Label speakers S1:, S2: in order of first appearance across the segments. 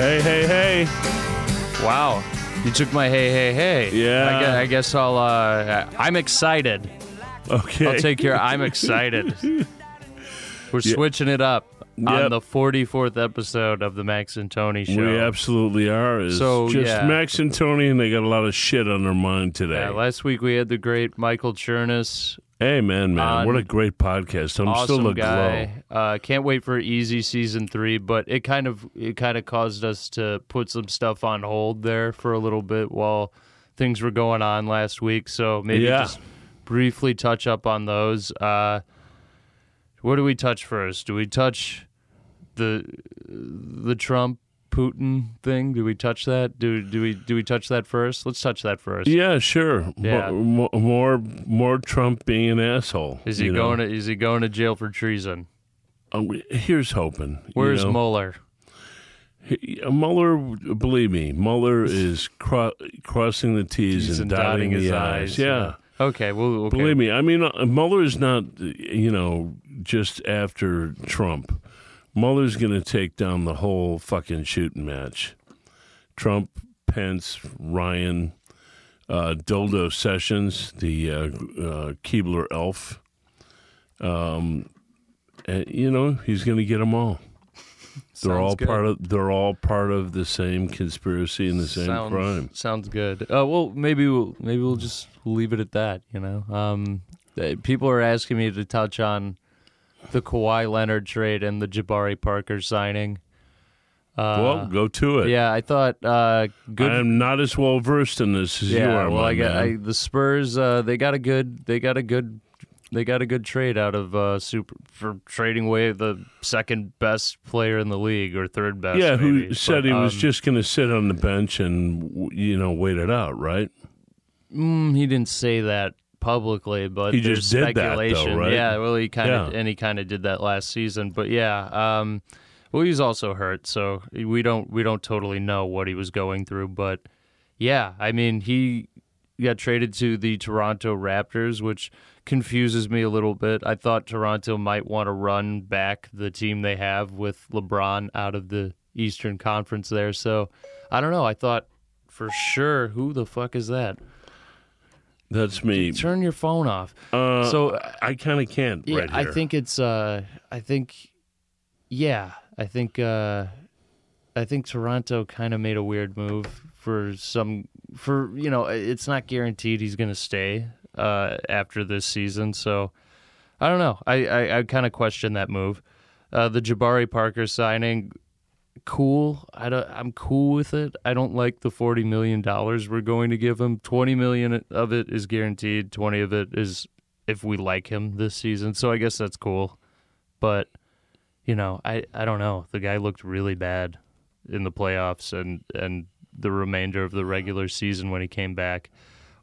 S1: Hey, hey, hey.
S2: Wow. You took my hey, hey, hey.
S1: Yeah.
S2: I guess, I guess I'll, uh, I'm excited.
S1: Okay.
S2: I'll take your I'm excited. We're switching it up
S1: Yep.
S2: on the 44th episode of the Max and Tony show.
S1: We absolutely are. It's
S2: So,
S1: just
S2: yeah.
S1: Max and Tony, and they got a lot of shit on their mind today.
S2: Yeah, last week we had the great Michael Chernus,
S1: hey, man, man,
S2: on-
S1: what a great podcast! I'm
S2: awesome
S1: still aglow.
S2: guy. Uh, can't wait for Easy season three, but it kind of it kind of caused us to put some stuff on hold there for a little bit while things were going on last week. So maybe
S1: Yeah.
S2: just briefly touch up on those. Uh, what do we touch first? Do we touch the the Trump Putin thing? Do we touch that? Do do we do we touch that first? Let's touch that first.
S1: Yeah, sure.
S2: Yeah.
S1: Mo- mo- more, more Trump being an asshole.
S2: Is he
S1: you know?
S2: going? To, is he going to jail for treason?
S1: Um, here's hoping. you
S2: Where's
S1: know?
S2: Mueller?
S1: He- Mueller? Believe me, Mueller is cro- crossing the T's
S2: He's
S1: and, dotting,
S2: his
S1: the
S2: eyes.
S1: Yeah.
S2: Okay. Well. Okay.
S1: Believe me, I mean uh, Mueller is not, uh, you know, just after Trump. Mueller's going to take down the whole fucking shooting match. Trump, Pence, Ryan, uh, Dildo Sessions, the uh, uh, Keebler elf. Um, and, you know, he's going to get them all. They're
S2: Sounds
S1: all
S2: good.
S1: part of. They're all part of the same conspiracy and the same
S2: sounds,
S1: crime.
S2: Sounds good. Uh, well, maybe we'll maybe we'll just leave it at that. You know, um, uh, people are asking me to touch on the Kawhi Leonard trade and the Jabari Parker signing. Uh,
S1: well, go to it.
S2: Yeah, I thought uh, good.
S1: I am not as well versed in this as
S2: yeah,
S1: you are.
S2: well,
S1: my
S2: I got
S1: man.
S2: I, the Spurs. Uh, they got a good. They got a good. They got a good trade out of uh, super for trading away the second best player in the league or third best.
S1: yeah, who
S2: maybe.
S1: said
S2: But,
S1: he was
S2: um,
S1: just going to sit on the bench and w- you know wait it out, right?
S2: Mm, he didn't say that publicly, but
S1: He
S2: there's
S1: just did that, though,
S2: speculation.
S1: right?
S2: Yeah, well, he kind of
S1: Yeah.
S2: and he kind of did that last season, but yeah, um, well, he's also hurt, so we don't we don't totally know what he was going through, but yeah, I mean he got traded to the Toronto Raptors, which confuses me a little bit. I thought Toronto might want to run back the team they have with LeBron out of the Eastern Conference there, so I don't know. I thought for sure who the fuck is that
S1: That's me.
S2: turn your phone off.
S1: Uh,
S2: so
S1: I kind of can't
S2: yeah,
S1: right
S2: I
S1: here.
S2: think it's uh I think yeah, I think uh I think Toronto kind of made a weird move for some for you know, it's not guaranteed he's going to stay uh after this season, so I don't know. I I, I kind of question that move. Uh the Jabari Parker signing cool. I don't, I'm cool with it. I don't like the 40 million dollars we're going to give him. 20 million of it is guaranteed. 20 of it is if we like him this season. So I guess that's cool. But you know, I I don't know. The guy looked really bad in the playoffs and and the remainder of the regular season when he came back.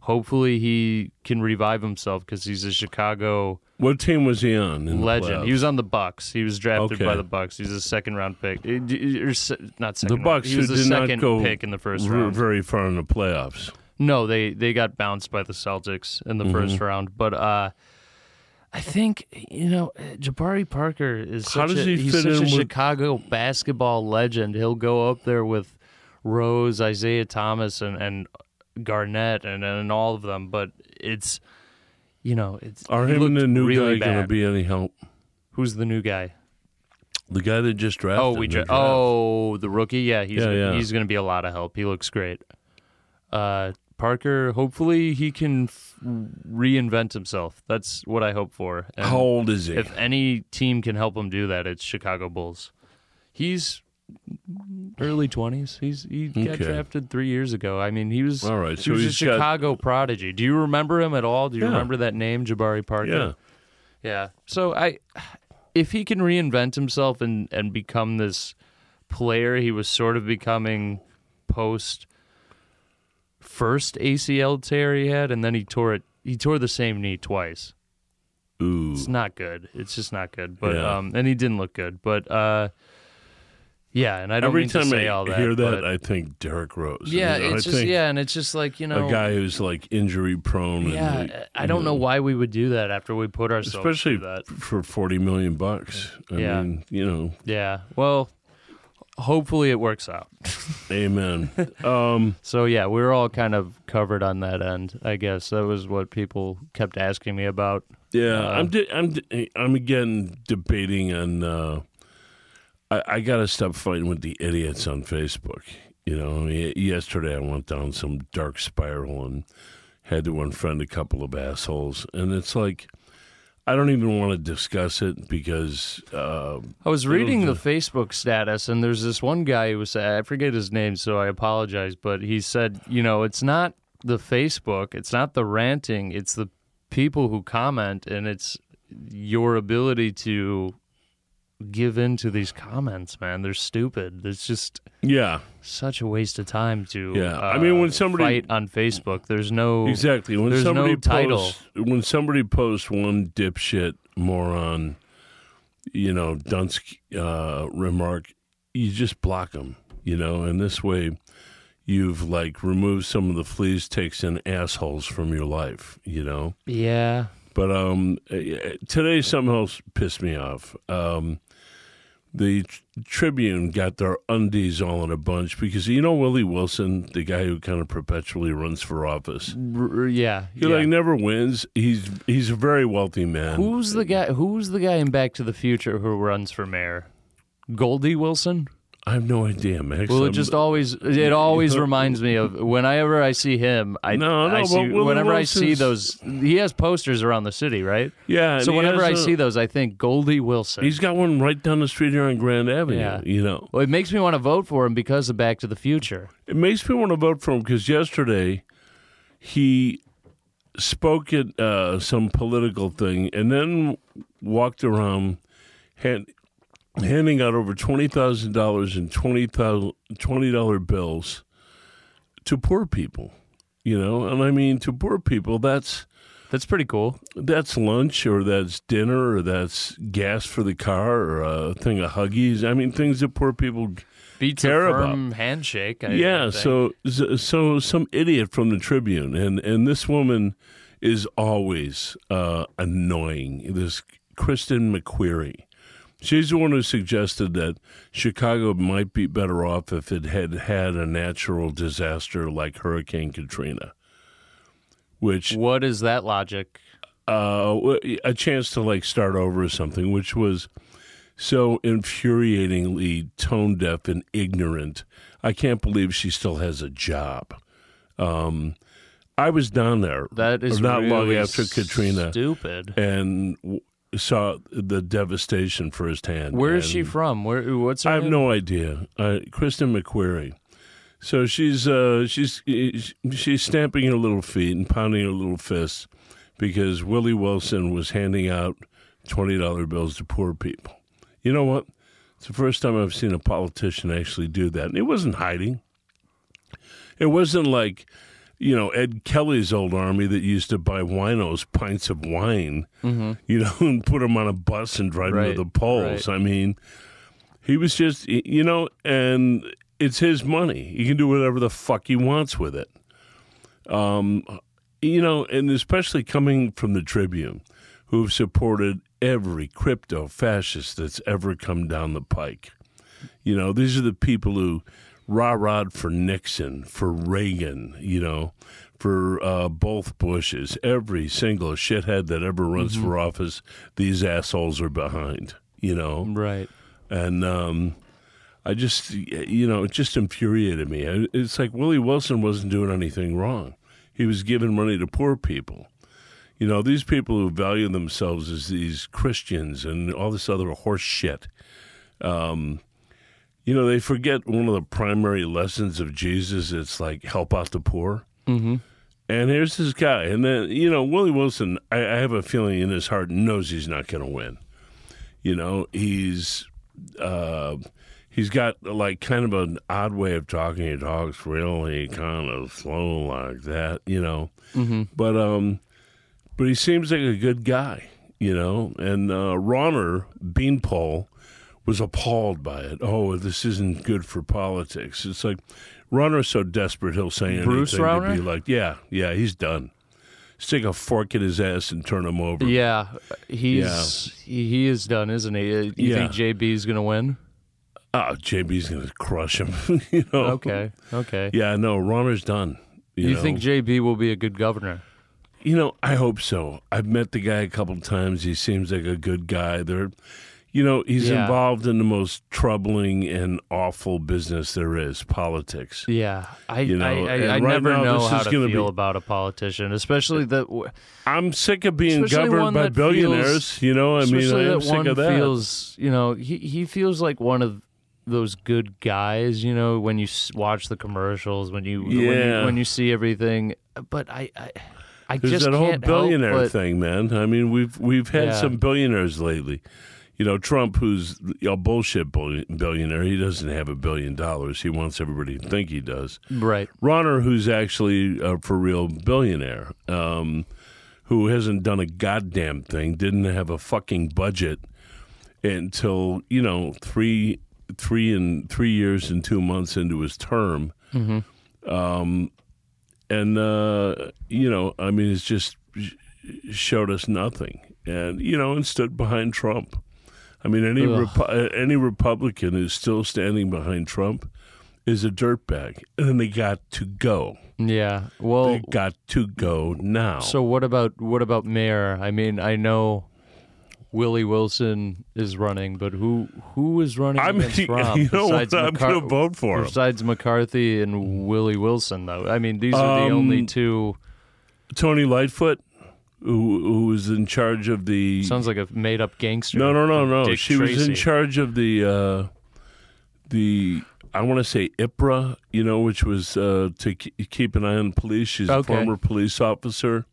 S2: Hopefully he can revive himself cuz he's a Chicago
S1: What team was he on? In the
S2: legend.
S1: playoffs?
S2: He was on the Bucks. He was drafted
S1: Okay.
S2: by the Bucks. He's a second round pick. Eh, d- or se- Not second.
S1: the
S2: round.
S1: Bucks
S2: He was
S1: who
S2: the
S1: did
S2: second
S1: not go
S2: pick in the first
S1: ver-
S2: round.
S1: very far in the playoffs.
S2: No, they they got bounced by the Celtics in the
S1: Mm-hmm.
S2: first round. But uh, I think you know Jabari Parker is such
S1: How does
S2: a,
S1: he
S2: he's
S1: fit
S2: such
S1: in
S2: a
S1: with-
S2: Chicago basketball legend. He'll go up there with Rose, Isaiah Thomas, and and Garnett, and and all of them. But it's you know it's
S1: Are
S2: he
S1: him and
S2: looked
S1: the new
S2: really
S1: guy going to
S2: bad.
S1: be any help?
S2: Who's the new guy?
S1: The guy that just drafted.
S2: Oh, we
S1: the
S2: dra-
S1: draft.
S2: oh the rookie. Yeah, he's
S1: Yeah, yeah.
S2: he's going to be a lot of help. He looks great. Uh, Parker. Hopefully, he can f- reinvent himself. That's what I hope for. And
S1: How old is he?
S2: if any team can help him do that, it's Chicago Bulls. He's early twenties. He's he got
S1: Okay.
S2: drafted three years ago. I mean, he was
S1: All right,
S2: He
S1: so
S2: was a
S1: he's got-
S2: Chicago prodigy. Do you remember him at all? Do you
S1: Yeah.
S2: remember that name, Jabari
S1: yeah.
S2: Parker? Yeah. So I if he can reinvent himself and and become this player he was sort of becoming post first ACL tear he had and then he tore it he tore the same knee twice.
S1: Ooh.
S2: It's not good. It's just not good. But
S1: Yeah.
S2: um and he didn't look good, but uh yeah, and I don't
S1: Every
S2: mean
S1: time
S2: to say
S1: I
S2: all that.
S1: hear that,
S2: but-
S1: I think Derrick Rose.
S2: yeah,
S1: You know,
S2: it's
S1: I
S2: just
S1: think
S2: yeah, and it's just like, you know,
S1: a guy who's like injury prone. and,
S2: yeah, I I don't know why we would do that after we put ourselves
S1: especially
S2: through that.
S1: for forty million bucks. I
S2: Yeah.
S1: mean, you know,
S2: Yeah. Well, hopefully it works out.
S1: Amen. um,
S2: So yeah, we were all kind of covered on that end, I guess. That was what people kept asking me about.
S1: yeah,
S2: Uh,
S1: I'm. De- I'm. De- I'm again debating on. Uh, I, I got to stop fighting with the idiots on Facebook. You know, I mean, yesterday I went down some dark spiral and had to unfriend a couple of assholes, and it's like I don't even want to discuss it because uh,
S2: I was
S1: It'll
S2: reading the
S1: do.
S2: Facebook status, and there's this one guy who was, I forget his name, so I apologize, but he said, you know, it's not the Facebook, it's not the ranting, it's the people who comment, and it's your ability to give in to these comments, man. They're stupid. It's just
S1: yeah,
S2: such a waste of time to
S1: Yeah, I mean, when
S2: uh,
S1: somebody-
S2: fight on Facebook, there's no
S1: Exactly. When
S2: There's no
S1: somebody
S2: title.
S1: posts, when somebody posts one dipshit moron, you know, dunce uh, remark, you just block them. You know, and this way, you've like removed some of the fleas, ticks, and assholes from your life. You know.
S2: yeah.
S1: But um, eh, today something else pissed me off. Um, the Tr- Tribune got their undies all in a bunch because you know Willie Wilson, the guy who kind of perpetually runs for office.
S2: R- r- yeah.
S1: He
S2: yeah.
S1: like never wins. He's he's a very wealthy man.
S2: Who's the guy? Who's the guy in Back to the Future who runs for mayor? Goldie Wilson.
S1: I have no idea, Max.
S2: Well,
S1: I'm-
S2: it just always it always reminds me of whenever I see him. I,
S1: No, no,
S2: I
S1: but
S2: see,
S1: Willie
S2: whenever I see
S1: Wilson's-
S2: those, he has posters around the city, right?
S1: yeah. and
S2: So
S1: he
S2: whenever I
S1: has a-
S2: see those, I think Goldie Wilson.
S1: he's got one right down the street here on Grand Avenue.
S2: Yeah.
S1: You know,
S2: well, it makes me want to vote for him because of Back to the Future.
S1: it makes me want to vote for him because yesterday he spoke at uh, some political thing and then walked around hand, handing out over twenty thousand dollars in twenty thousand twenty dollar bills to poor people. You know, and I mean to poor people. That's
S2: That's pretty cool.
S1: that's lunch or that's dinner or that's gas for the car or a thing of huggies i mean things that poor people
S2: Beats
S1: Care
S2: a
S1: about-
S2: firm handshake. I, I
S1: yeah
S2: think.
S1: so so some idiot from the tribune and and this woman is always uh annoying this kristen mcquery she's the one who suggested that chicago might be better off if it had had a natural disaster like hurricane katrina which
S2: what is that logic?
S1: uh, w- a chance to like start over or something, which was so infuriatingly tone deaf and ignorant. I can't believe she still has a job. Um, I was down there
S2: That is
S1: not long
S2: really
S1: after Katrina
S2: Stupid.
S1: and w- saw the devastation firsthand.
S2: Where is
S1: and-
S2: she from? Where? What's her
S1: I have
S2: name?
S1: no idea. Uh, Kristen McQuarrie. So she's uh, she's she's stamping her little feet and pounding her little fists because Willie Wilson was handing out twenty dollar bills to poor people. You know what? It's the first time I've seen a politician actually do that, and it wasn't hiding. It wasn't like you know Ed Kelly's old army that used to buy winos pints of wine, you know, and put them on a bus and drive
S2: Mm-hmm. Right,
S1: them to the polls. I mean, he was just, y- you know, and it's his money. He can do whatever the fuck he wants with it. Um, you know, and especially coming from the Tribune, who've supported every crypto fascist that's ever come down the pike. You know, these are the people who rah rahed for Nixon, for Reagan, you know, for uh, both Bushes. Every single shithead that ever runs for office, these assholes are behind, you know
S2: Right.
S1: and um, I just you know it just infuriated me. It's like Willie Wilson wasn't doing anything wrong. He was giving money to poor people. You know these people who value themselves as these Christians and all this other horse shit. Um, you know they forget one of the primary lessons of Jesus. It's like help out the poor. And here's this guy, and then you know Willie Wilson. I, I have a feeling in his heart knows he's not going to win. You know he's uh, he's got like kind of an odd way of talking. He talks really kind of slow like that, you know. But um, but he seems like a good guy, you know. And uh, Ronner Beanpole was appalled by it. Oh, this isn't good for politics. It's like Ronner's so desperate he'll say anything
S2: Bruce
S1: to
S2: Rauner?
S1: be like, yeah, yeah, he's done. Stick a fork in his ass and turn him over.
S2: Yeah, he's he, he is done, isn't he? Uh, You
S1: Yeah.
S2: think JB's going to win?
S1: Oh, JB's going to crush him. you know.
S2: Okay. Okay.
S1: Yeah, no, Romer's done. Oh. You,
S2: you
S1: know?
S2: think JB will be a good governor?
S1: You know, I hope so. I've met the guy a couple times. He seems like a good guy. There, you know, he's
S2: Yeah.
S1: involved in the most troubling and awful business there is, politics.
S2: Yeah, I
S1: You
S2: I,
S1: know,
S2: I,
S1: and
S2: I
S1: right
S2: never
S1: now
S2: know
S1: this
S2: how
S1: is
S2: to
S1: gonna
S2: feel
S1: be-
S2: about a politician, especially that.
S1: I'm sick of being
S2: Especially one
S1: governed by
S2: that feels-
S1: billionaires. you know, I mean,
S2: especially
S1: I am
S2: that
S1: sick
S2: one
S1: of that.
S2: feels, you know, he he feels like one of those good guys. You know, when you s- watch the commercials, when you when
S1: Yeah.
S2: you, when you see everything, but I I, I
S1: There's
S2: just
S1: that whole
S2: can't
S1: billionaire
S2: help, but-
S1: thing, man. I mean, we've we've had
S2: Yeah.
S1: some billionaires lately. You know, Trump, who's a bullshit bill- billionaire, he doesn't have a billion dollars. He wants everybody to think he does.
S2: Right.
S1: Ronner, who's actually a for real billionaire, um, who hasn't done a goddamn thing, didn't have a fucking budget until you know three, three and three years and two months into his term, um, and uh, you know, I mean, it's just sh- showed us nothing, and you know, and stood behind Trump. I mean, any
S2: Ugh.
S1: Repu- uh, any Republican who's still standing behind Trump is a dirtbag, and then they got to go.
S2: Yeah. Well,
S1: They got to go now.
S2: So what about what about mayor? I mean, I know Willie Wilson is running, but who who is running
S1: I'm,
S2: against
S1: you
S2: Rom
S1: know what?
S2: besides
S1: I'm
S2: McCar-
S1: going to vote for him.
S2: besides McCarthy and Willie Wilson though? I mean, these are the only
S1: Um,
S2: two.
S1: Tony Lightfoot, who who was in charge of the
S2: Sounds like a made up gangster.
S1: no no no no,
S2: Dick
S1: she was in
S2: Tracy.
S1: charge of the uh, the I want to say IPRA, you know, which was uh, to k- keep an eye on police. She's
S2: Okay.
S1: a former police officer,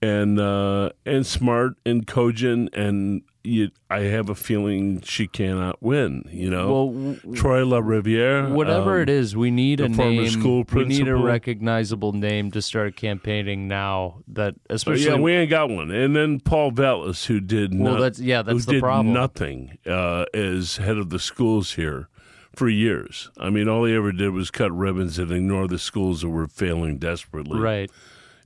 S1: and uh, and smart and cogent, and you, I have a feeling she cannot win. You know,
S2: Well, w-
S1: Troy um, La Riviere,
S2: whatever it is, we need
S1: the
S2: a
S1: former
S2: name.
S1: school
S2: we need a
S1: principal.
S2: recognizable name to start campaigning now. That especially
S1: yeah, we ain't got one. And then Paul Vallis, who did
S2: well,
S1: no-
S2: that's yeah,
S1: who
S2: that's the
S1: did
S2: problem.
S1: nothing uh, as head of the schools here for years. I mean, all he ever did was cut ribbons and ignore the schools that were failing desperately.
S2: Right.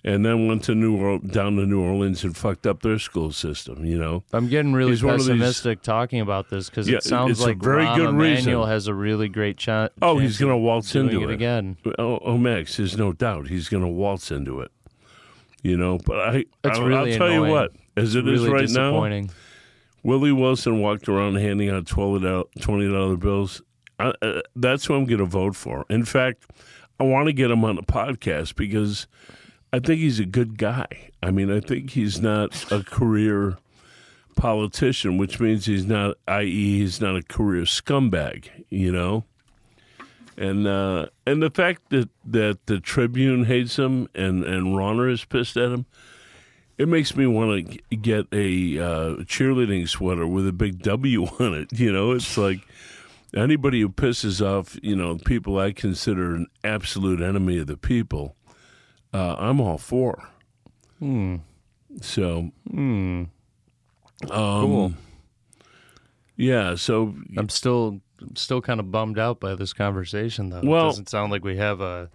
S1: And then went to New Orleans, down to New Orleans and fucked up their school system. You know,
S2: I'm getting really
S1: He's one of these-
S2: pessimistic talking about this because
S1: Yeah,
S2: it sounds
S1: it's a
S2: like
S1: very
S2: Rahm
S1: good reason.
S2: Emanuel has a really great cha- chance.
S1: oh, he's going to
S2: of
S1: waltz
S2: doing
S1: into
S2: it, again.
S1: Oh, oh, Max, there's no doubt he's going to waltz into it. You know, but I,
S2: That's
S1: I
S2: really
S1: I'll tell
S2: annoying.
S1: you what, as it is
S2: really
S1: right now,
S2: disappointing.
S1: Willie Wilson walked around handing out $12 $20 bills. I, uh, that's who I'm going to vote for. In fact, I want to get him on the podcast because I think he's a good guy. I mean, I think he's not a career politician, which means he's not, i.e., he's not a career scumbag, you know? And uh, and the fact that, that the Tribune hates him and, and Ronner is pissed at him, it makes me want to get a uh, cheerleading sweater with a big W on it. You know, it's like anybody who pisses off, you know, people I consider an absolute enemy of the people, uh, I'm all for.
S2: Hmm.
S1: So, um,
S2: Cool.
S1: yeah, so
S2: I'm still I'm still kind of bummed out by this conversation, though.
S1: Well-
S2: it doesn't sound like we have a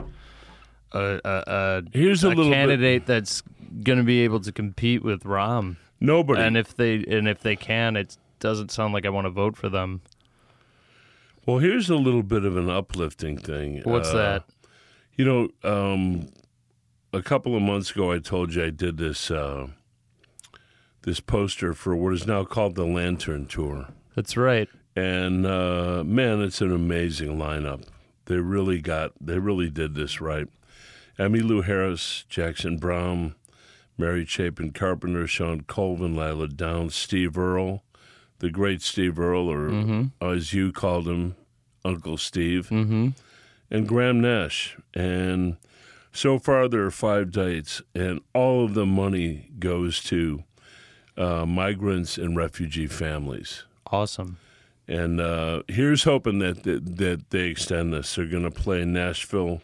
S2: a a,
S1: here's
S2: a,
S1: a,
S2: a
S1: little bit.
S2: candidate that's going to be able to compete with Rom.
S1: Nobody.
S2: And if they and if they can, it doesn't sound like I want to vote for them.
S1: well, here's a little bit of an uplifting thing.
S2: What's
S1: Uh,
S2: that?
S1: You know, um, a couple of months ago, I told you I did this uh, this poster for what is now called the Lantern Tour,
S2: That's right.
S1: and uh, man, it's an amazing lineup. They really got, they really did this right. Emmy Lou Harris, Jackson Brown, Mary Chapin Carpenter, Sean Colvin, Lila Downs, Steve Earle, the great Steve Earle, or as you called him, Uncle Steve
S2: Mm-hmm.
S1: and Graham Nash. And so far, there are five dates, and all of the money goes to uh, migrants and refugee families.
S2: Awesome.
S1: And uh, here's hoping that, that that they extend this. They're going to play Nashville,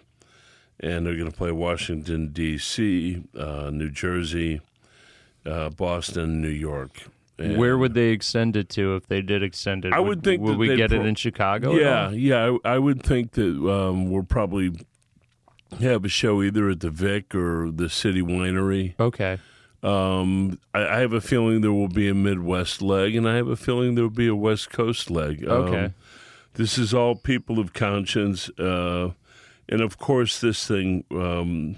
S1: and they're going to play Washington D.C., uh, New Jersey, uh, Boston, New York. And-
S2: Where would they extend it to if they did extend it?
S1: I would think
S2: Would
S1: that
S2: we
S1: they'd
S2: get it
S1: pro-
S2: in Chicago? at
S1: Yeah,
S2: all?
S1: yeah. I, I would think that um, we'll probably have a show either at the Vic or the City Winery.
S2: Okay.
S1: Um, I, I have a feeling there will be a Midwest leg, and I have a feeling there will be a West Coast leg. Um,
S2: Okay.
S1: This is all people of conscience. Uh, and of course, this thing um,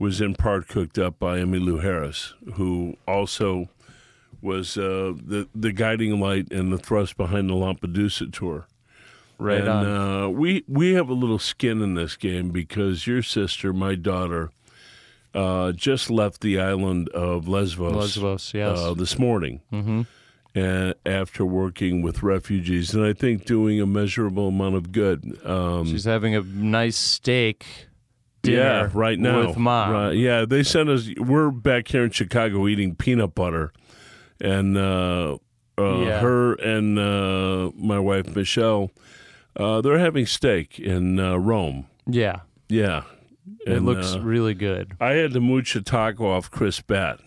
S1: was in part cooked up by Emmylou Harris, who also was uh, the, the guiding light and the thrust behind the Lampedusa tour.
S2: Right
S1: and,
S2: on.
S1: Uh, we we have a little skin in this game because your sister, my daughter, uh, just left the island of Lesbos,
S2: Lesbos, yes. Mm-hmm.
S1: uh, this morning. Uh, after working with refugees, and I think doing a measurable amount of good. Um,
S2: She's having a nice steak
S1: yeah,
S2: dinner
S1: right now.
S2: with mom.
S1: Right, yeah, they sent us. We're back here in Chicago eating peanut butter, and uh, uh,
S2: Yeah.
S1: her and uh, my wife Michelle, uh, they're having steak in uh, Rome.
S2: Yeah,
S1: Yeah,
S2: it
S1: And,
S2: looks
S1: uh,
S2: really good.
S1: I had to mooch a taco off Chris Bat.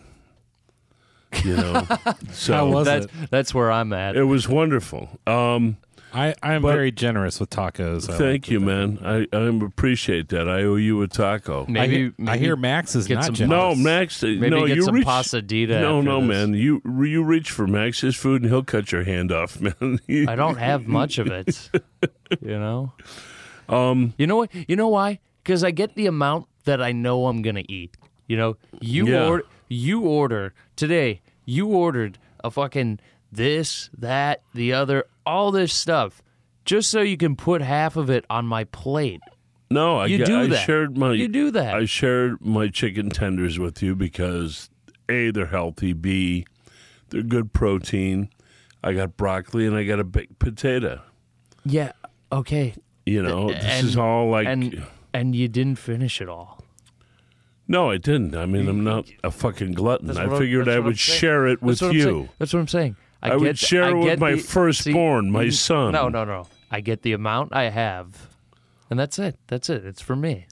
S1: You know, so
S3: How was
S2: That's
S3: it?
S2: that's where I'm at.
S1: it was wonderful. Um,
S3: I, I am
S1: But-
S3: very generous with tacos. I
S1: thank you, man. I, I appreciate that. I owe you a taco.
S3: like- I,
S2: maybe,
S3: hear, I
S2: maybe-
S3: hear Max is
S2: get
S3: not
S2: some-
S3: generous.
S1: No, Max. uh,
S2: Maybe
S1: no,
S2: get
S1: you
S2: some
S1: reach,
S2: pasadita.
S1: No,
S2: after
S1: no,
S2: this.
S1: man. You you reach for Max's food and he'll cut your hand off, man. He-
S2: I don't have much of it. you know. Um. You know what? You know why? Because I get the amount that I know I'm gonna eat. You know. You
S1: Yeah.
S2: order. You order today. You ordered a fucking this, that, the other, all this stuff, just so you can put half of it on my plate.
S1: no, I,
S2: You
S1: get-
S2: do
S1: I
S2: that.
S1: shared my
S2: You do that.
S1: I shared my chicken tenders with you because a they're healthy, b they're good protein. I got broccoli and I got a baked potato.
S2: yeah. Okay.
S1: You know, Oh, this
S2: And-
S1: is all like
S2: And and you didn't finish it all.
S1: no, I didn't. I mean, I'm not a fucking glutton.
S2: That's
S1: I
S2: what I'm-
S1: figured
S2: that's
S1: I
S2: what I'm
S1: would
S2: saying.
S1: share it with
S2: That's what I'm
S1: you.
S2: saying. That's what I'm saying. I,
S1: I would
S2: get,
S1: share
S2: I
S1: it with
S2: get
S1: my
S2: the-
S1: firstborn,
S2: see,
S1: my
S2: n-
S1: son.
S2: No, no, no. I get the amount I have, and that's it. That's it. It's for me.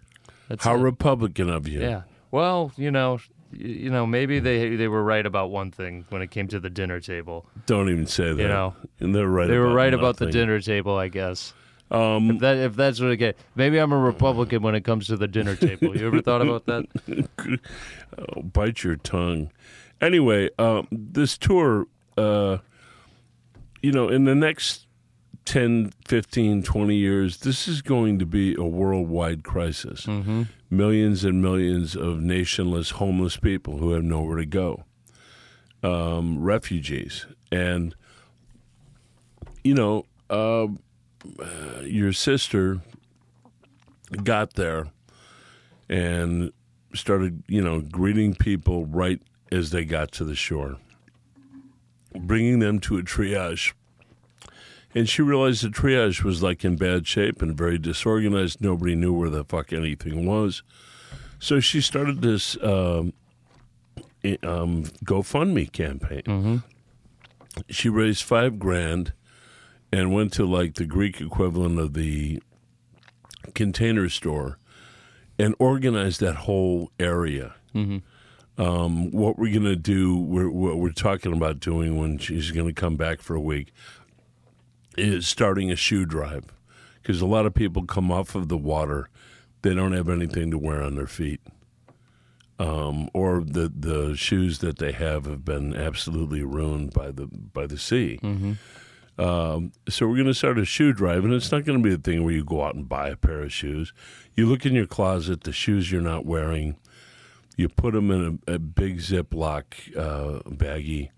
S2: That's
S1: How
S2: it.
S1: Republican of you.
S2: yeah. Well, you know, y- you know, maybe they they were right about one thing when it came to the dinner table.
S1: Don't even say that.
S2: know,
S1: and they're right.
S2: They were right about the
S1: nothing.
S2: dinner table, I guess. Um, if that if that's what I get, maybe I'm a Republican when it comes to the dinner table. You ever thought about that?
S1: Oh, bite your tongue. Anyway, um, this tour, uh, you know, in the next 10, 15, 20 years, this is going to be a worldwide crisis. Millions and millions of nationless, homeless people who have nowhere to go, um, refugees. And, you know, uh, your sister got there and started, you know, greeting people right as they got to the shore, bringing them to a triage. And she realized the triage was like in bad shape and very disorganized. Nobody knew where the fuck anything was. So she started this um, i- um, GoFundMe campaign. She raised five grand and went to like the Greek equivalent of the container store and organize that whole area. Um, what we're going to do, we're, what we're talking about doing when she's going to come back for a week, is starting a shoe drive because a lot of people come off of the water, they don't have anything to wear on their feet. Um, or the, the shoes that they have have been absolutely ruined by the by the sea. So we're going to start a shoe drive, and it's not going to be a thing where you go out and buy a pair of shoes. You look in your closet, the shoes you're not wearing, you put them in a, a big Ziploc uh, baggie,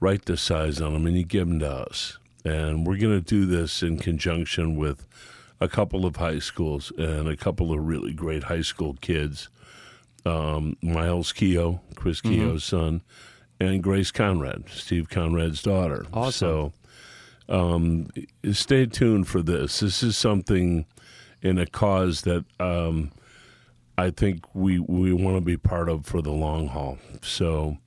S1: write the size on them, and you give them to us. And we're going to do this in conjunction with a couple of high schools and a couple of really great high school kids, um, Miles Keough, Chris Keough's son, and Grace Conrad, Steve Conrad's daughter.
S2: Awesome.
S1: So um, stay tuned for this. This is something in a cause that um, I think we we want to be part of for the long haul. So,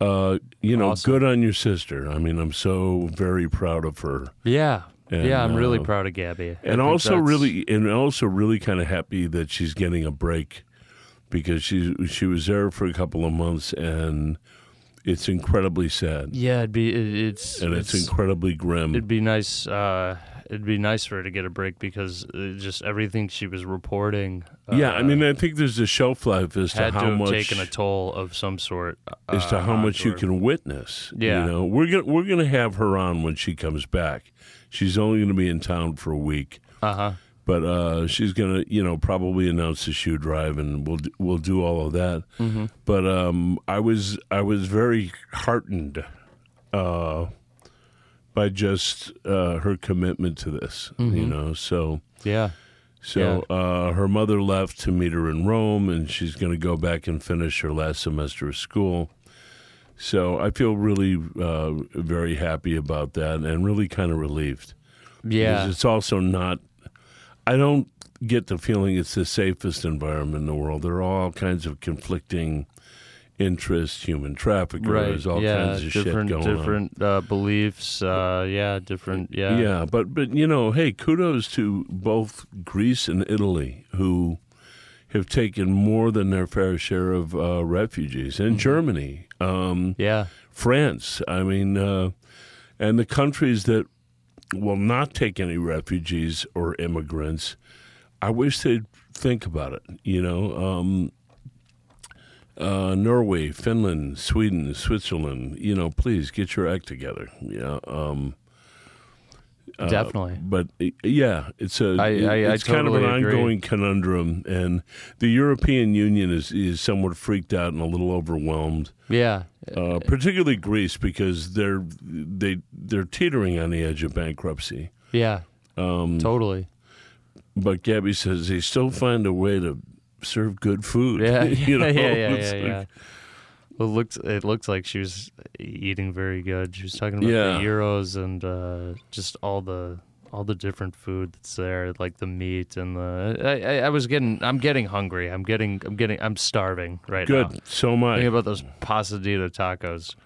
S1: uh, you know,
S2: Awesome.
S1: good on your sister. I mean, I'm so very proud of her,
S2: Yeah,
S1: And,
S2: yeah. I'm really
S1: uh,
S2: proud of Gabby, I
S1: and
S2: think
S1: also
S2: that's-
S1: really and also really kind of happy that she's getting a break because she she was there for a couple of months and. It's incredibly sad,
S2: Yeah, it'd be it, it's
S1: and it's, incredibly grim.
S2: it'd be nice. Uh, it'd be nice for her to get a break because uh just everything she was reporting. Uh,
S1: yeah, I mean, I think there's a shelf life as to
S2: had to
S1: how
S2: have
S1: much
S2: taken a toll of some sort. Uh,
S1: as to how much you
S2: onto her.
S1: can witness.
S2: Yeah.
S1: you know, we're gonna we're gonna have her on when she comes back. She's only gonna be in town for a week,
S2: Uh-huh.
S1: but uh, she's gonna you know probably announce the shoe drive, and we'll d- we'll do all of that.
S2: Mm-hmm.
S1: But um, I was I was very heartened uh, by just uh, her commitment to this. You
S2: Mm-hmm.
S1: know, so.
S2: Yeah.
S1: So uh, her mother left to meet her in Rome, and she's going to go back and finish her last semester of school. So I feel really uh, very happy about that, and really kind of relieved.
S2: Yeah.
S1: Because it's also not. I don't get the feeling it's the safest environment in the world. There are all kinds of conflicting interests, human traffickers, all
S2: yeah,
S1: kinds of shit
S2: different,
S1: going on.
S2: different uh, beliefs. Uh, yeah, different. Yeah,
S1: Yeah, but but you know, hey, kudos to both Greece and Italy who have taken more than their fair share of uh, refugees, and Germany, um,
S2: yeah,
S1: France. I mean, uh, and the countries that will not take any refugees or immigrants. I wish they'd think about it. You know, um, uh, Norway, Finland, Sweden, Switzerland. You know, please get your act together. Yeah. Um, uh,
S2: definitely.
S1: but uh, yeah, it's a
S2: I- I- I
S1: it's kind of an
S2: totally agree.
S1: ongoing conundrum, and the European Union is is somewhat freaked out and a little overwhelmed,
S2: Yeah,
S1: uh, particularly Greece because they're they they're teetering on the edge of bankruptcy. Um,
S2: yeah, totally.
S1: But Gabby says they still find a way to serve good food.
S2: Yeah,
S1: you know,
S2: yeah, yeah, yeah,
S1: it's
S2: yeah,
S1: like-
S2: yeah. Well, it looks it looks like she was eating very good. She was talking about
S1: Yeah.
S2: the euros and uh, just all the all the different food that's there, like the meat and the. I, I, I was getting, I'm getting hungry. I'm getting, I'm getting, I'm starving right now.
S1: Good, so much.
S2: Thinking about those pasadena tacos.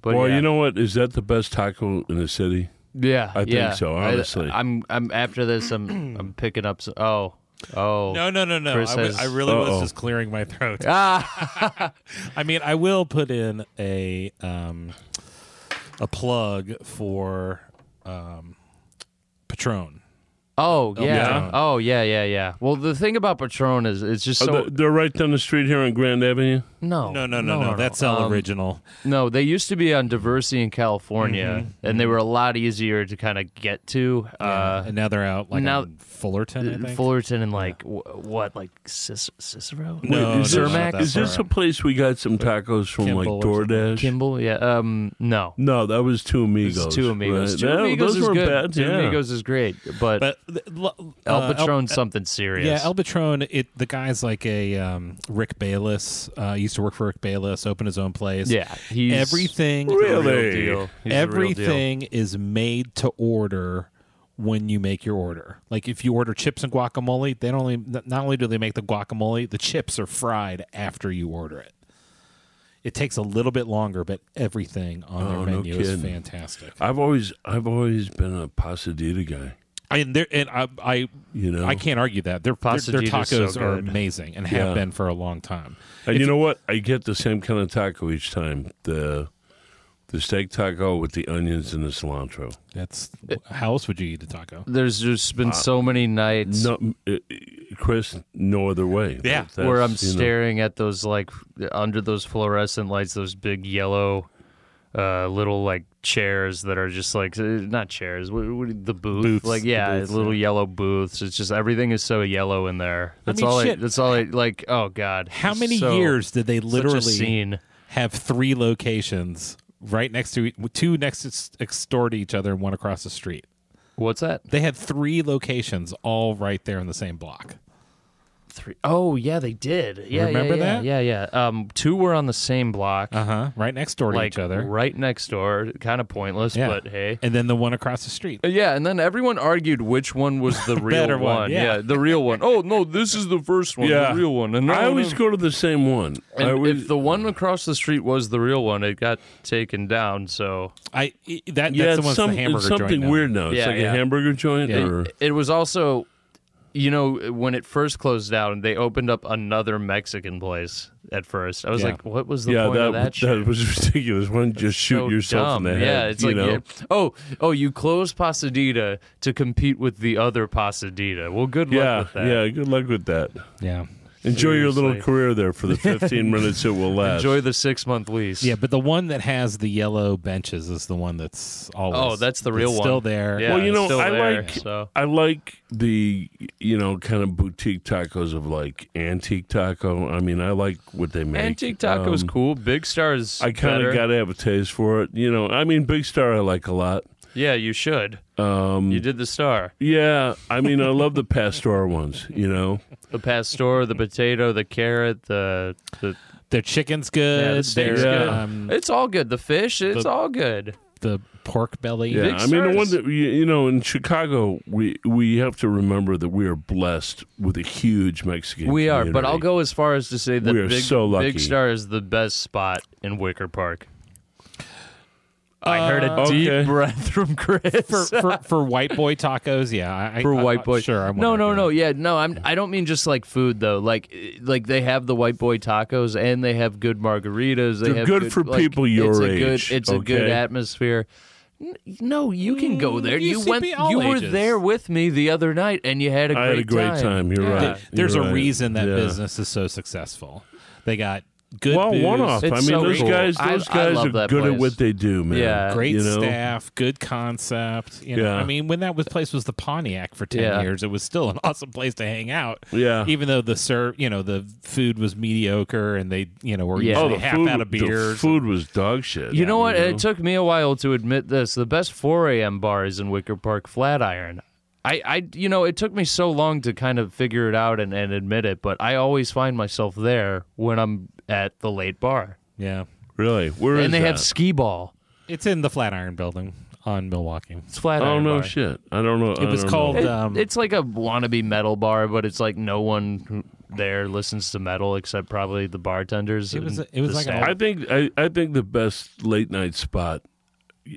S2: But
S1: well,
S2: yeah.
S1: you know what? Is that the best taco in the city?
S2: Yeah,
S1: I think
S2: yeah.
S1: so, honestly.
S2: I, am I'm after this. I'm I'm picking up. Some, oh, oh.
S3: No, no, no, no. I
S2: Chris
S3: wa-
S2: has-
S3: I really
S1: Uh-oh.
S3: was just clearing my throat.
S2: Ah,
S3: I mean, I will put in a um, a plug for um, Patron.
S2: oh yeah.
S3: Yeah.
S2: Oh yeah, yeah, yeah. Well, the thing about Patron is it's just
S1: Oh,
S2: so
S1: they're- they're right down the street here on Grand Avenue.
S2: no,
S3: No, no, no, no. That's all
S2: Um,
S3: original.
S2: No, they used to be on Diversity in California, and they were a lot easier to kind of get to.
S3: Uh,
S2: Uh,
S3: and now they're out like
S2: now-
S3: on Fullerton. I think.
S2: Fullerton and like wh- what, like Cis- Cicero,
S1: Wait,
S3: No,
S1: is,
S3: no,
S1: this,
S3: not that
S1: is this
S3: far.
S1: a place we got some tacos from like
S3: Kimball or something.
S1: DoorDash?
S2: Kimball. Yeah. Um. No.
S1: No, that was Two Amigos.
S2: It's two amigos.
S1: right?
S2: Two
S1: No,
S2: amigos
S1: those
S2: is
S1: were
S2: good.
S1: bad.
S2: two
S1: yeah.
S2: amigos is great, but,
S3: But th- l- uh,
S2: El
S3: El-
S2: Patron's something serious.
S3: Yeah, El Patron. It the guy's like a um, Rick Bayless. Uh, he used to work for Rick Bayless. Opened his own place.
S2: Yeah, he's
S3: everything.
S2: the real
S1: Really?
S2: deal. He's the real deal.
S3: everything is made to order when you make your order. Like if you order chips and guacamole, they don't only not only do they make the guacamole, the chips are fried after you order it. It takes a little bit longer, but everything on
S1: Oh,
S3: their
S1: no
S3: menu is
S1: kidding.
S3: fantastic.
S1: I've always, I've always been a pasadena guy.
S3: I and there and I I,
S1: You know,
S3: I can't argue that their their, their
S2: Pasadena's so
S3: tacos are
S2: good.
S3: amazing and have
S1: Yeah.
S3: been for a long time.
S1: and you know what? I get the same kind of taco each time the the steak taco with the onions and the cilantro.
S3: That's how else would you eat a taco?
S2: There's just been so many nights
S1: No, uh, Chris, no other way.
S3: Yeah.
S1: That-
S2: where I'm
S1: that's, you know-
S2: staring at those like under those fluorescent lights, those big yellow, uh, little like chairs that are just like uh, not chairs, what, what, the booth,
S3: Booths,
S2: like
S3: the
S2: yeah,
S3: booths,
S2: little yellow booths. It's just everything is so yellow in there. That's
S3: mean,
S2: all. I,
S3: shit.
S2: that's all. I like. Oh God,
S3: How
S2: it's
S3: many
S2: so-
S3: years did they
S2: such a
S3: literally
S2: scene?
S3: have three locations right next to e, two next to s- next door to each other and one across the street.
S2: What's that?
S3: They had three locations all right there in the same block.
S2: Three oh yeah, they did. Yeah, yeah,
S3: Remember
S2: yeah,
S3: that?
S2: Yeah, yeah. Um, two were on the same block.
S3: Uh huh. Right next door
S2: Uh-huh. like
S3: to each other.
S2: right next door. Kind of pointless,
S3: yeah.
S2: but hey.
S3: And then the one across the street.
S2: Yeah, and then everyone argued which one was the real
S3: Better one, yeah.
S2: the real one. Oh no, this is the first one,
S1: Yeah.
S2: the real one. And
S1: I
S2: no,
S1: always
S2: no.
S1: go to the same one.
S2: And
S1: I always,
S2: if the one across the street was the real one, it got taken down. So
S3: I i- that
S1: yeah,
S3: that's the
S1: it's
S3: one's
S1: some-
S3: the
S1: it's
S3: hamburger
S1: something
S3: joint. now.
S1: weird now. It's
S2: Yeah,
S1: like
S2: yeah.
S1: a hamburger joint,
S3: Yeah.
S1: or
S2: it was also you know, when it first closed down, they opened up another Mexican place at first. I was
S3: Yeah.
S2: like, what was the
S1: yeah,
S2: point
S1: that
S2: of that shit?
S1: was ridiculous. Why don't you just shoot
S2: so
S1: yourself
S2: dumb.
S1: in the head?
S2: Yeah, it's
S1: you
S2: like,
S1: know?
S2: yeah, oh, oh, you closed Pasadena to compete with the other Pasadena. Well, good luck
S1: yeah,
S2: with that.
S1: yeah. Good luck with that.
S3: Yeah.
S1: Enjoy your little
S2: Seriously.
S1: career there for the 15 minutes it will last.
S2: Enjoy the six month lease.
S3: Yeah, but the one that has the yellow benches is the one that's always.
S2: Oh, that's the real one.
S3: Still there.
S2: Yeah,
S1: Well, you
S2: it's
S1: know,
S2: still
S1: I
S2: there,
S1: like-
S2: so.
S1: I like the you know kind of boutique tacos of like antique taco. I mean, I like what they make.
S2: Antique Taco's
S1: Um,
S2: cool. Big Star's
S1: I kind
S2: better.
S1: of got to have a taste for it. You know, I mean, Big Star I like a lot.
S2: Yeah, you should.
S1: Um,
S2: You did the star,
S1: yeah, I mean, I love the pastor ones. You know,
S2: the pastor, the potato, the carrot, the the.
S3: Their chicken's good.
S2: Yeah, the steak's
S3: their,
S1: good.
S3: Um,
S2: It's all good. The fish, it's
S3: The-
S2: all good.
S3: the pork belly.
S1: yeah.
S2: Big
S1: I mean, the one
S2: Star's-
S1: that you, you know in Chicago, we we have to remember that we are blessed with a huge Mexican.
S2: We are, but
S1: community.
S2: I'll go as far as to say that
S1: We are
S2: Big,
S1: so lucky.
S2: Big Star is the best spot in Wicker Park. I heard a deep
S1: okay.
S2: breath from Chris.
S3: For, for, for white boy tacos, yeah. I, I-
S2: for
S3: I-
S2: white
S3: I-
S2: boy.
S3: Sure. I'm
S2: no, no, no. Yeah, no. I'm. I don't mean just like food though. Like, eh, like they have the white boy tacos and they have good margaritas. They
S1: They're
S2: have
S1: good for
S2: like,
S1: people your
S2: it's
S1: age,
S2: A good, it's a good
S1: okay?
S2: atmosphere. N- No, you can go there.
S3: Mm,
S2: You
S3: UCB
S2: went.
S3: all
S2: You were
S3: ages.
S2: there with me the other night, and you had a
S1: I
S2: great
S1: had a great time. You're
S2: Yeah.
S1: right.
S3: There's
S1: You're
S3: a
S1: right.
S3: reason that
S1: Yeah.
S3: business is so successful. They got good
S1: well,
S3: booze,
S1: one off. I
S2: It's
S1: mean,
S2: so
S1: those
S2: cool.
S1: guys,
S2: I-
S1: those
S2: I
S1: guys
S2: love
S1: are
S2: that
S1: good at
S2: place.
S1: what they do, man.
S2: Yeah.
S3: great
S1: you know?
S3: staff, good concept. You know,
S1: Yeah.
S3: I mean, when that was place was the Pontiac for ten
S2: Yeah.
S3: years, it was still an awesome place to hang out.
S1: Yeah.
S3: even though the serve, you know, the food was mediocre and they, you know, were
S2: Yeah.
S3: usually
S1: Oh, the
S3: half
S1: food,
S3: out of
S1: the
S3: beer.
S1: food was dog shit.
S2: You know what? It took me a while to admit this. The best 4 a.m. bar is in Wicker Park Flatiron. I, I, you know, it took me so long to kind of figure it out and, and admit it, but I always find myself there when I'm at the late bar.
S3: yeah,
S1: Really? Where is
S2: And they
S1: that?
S2: have skee ball.
S3: it's in the Flatiron Building on Milwaukee.
S2: It's Flatiron.
S1: Oh no
S2: bar.
S1: shit! I don't know. I
S3: was
S1: don't know.
S3: called-
S2: It-
S3: Um,
S2: it's like a wannabe metal bar, but it's like no one who- there listens to metal except probably the bartenders.
S3: It was
S2: and
S3: a- it was
S2: the
S3: like an
S2: staff.
S1: I think I, I think the best late night spot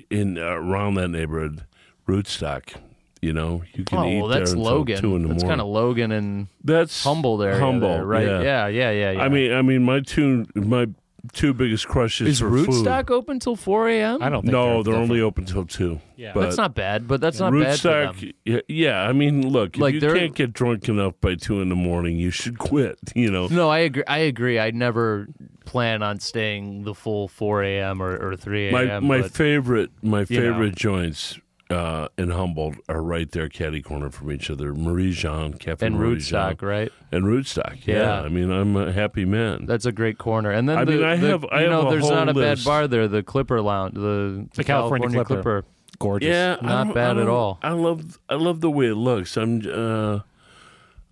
S1: in uh, around that neighborhood, Rootstock. You know, you can
S2: Oh,
S1: eat
S2: well, that's
S1: there until
S2: Logan.
S1: two in the
S2: that's
S1: morning.
S2: kind of Logan and
S1: that's
S2: Humboldt area.
S1: Humble,
S2: there, right? Yeah, yeah, yeah. yeah.
S1: I mean, I mean, my two my two biggest crushes
S2: Is
S1: for
S2: Rootstock open till 4 a.m.?
S3: I don't
S1: Food.
S3: think
S1: No,
S3: they're,
S1: they're only open till two.
S3: Yeah.
S1: but
S2: That's not bad, but that's not bad for them.
S1: Rootstock, y- yeah. I mean, look,
S2: Like,
S1: if you
S2: they're-
S1: can't get drunk enough by two in the morning, you should quit. You know,
S2: No, I agree. I agree. I never plan on staying the full 4 a.m. or, or 3 a.m.
S1: my my
S2: but
S1: favorite my
S2: you know.
S1: favorite joints uh, in Humboldt are right there, catty corner from each other. Marie Jean, Cafe
S2: and
S1: Marie Jean,
S2: Rootstock, right?
S1: and Rootstock. Yeah.
S2: Yeah.
S1: I mean, I'm a happy man.
S2: That's a great corner. And then
S1: I
S2: the,
S1: mean, I
S2: the-
S1: have-
S2: you
S1: I have
S2: know,
S1: a
S2: there's not
S1: whole
S2: a bad
S1: list.
S2: bar there. The Clipper Lounge, the,
S3: The California Clipper.
S2: Clipper.
S3: gorgeous.
S1: yeah, I
S2: not
S1: don't-
S2: bad
S1: I
S2: at
S1: don't-
S2: all.
S1: I love I love the way it looks. I'm uh,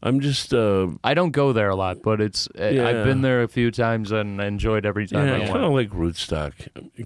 S1: I'm just uh,
S2: I don't go there a lot, but it's
S1: Yeah.
S2: I've been there a few times and enjoyed every time
S1: yeah,
S2: I went.
S1: kind of like Rootstock.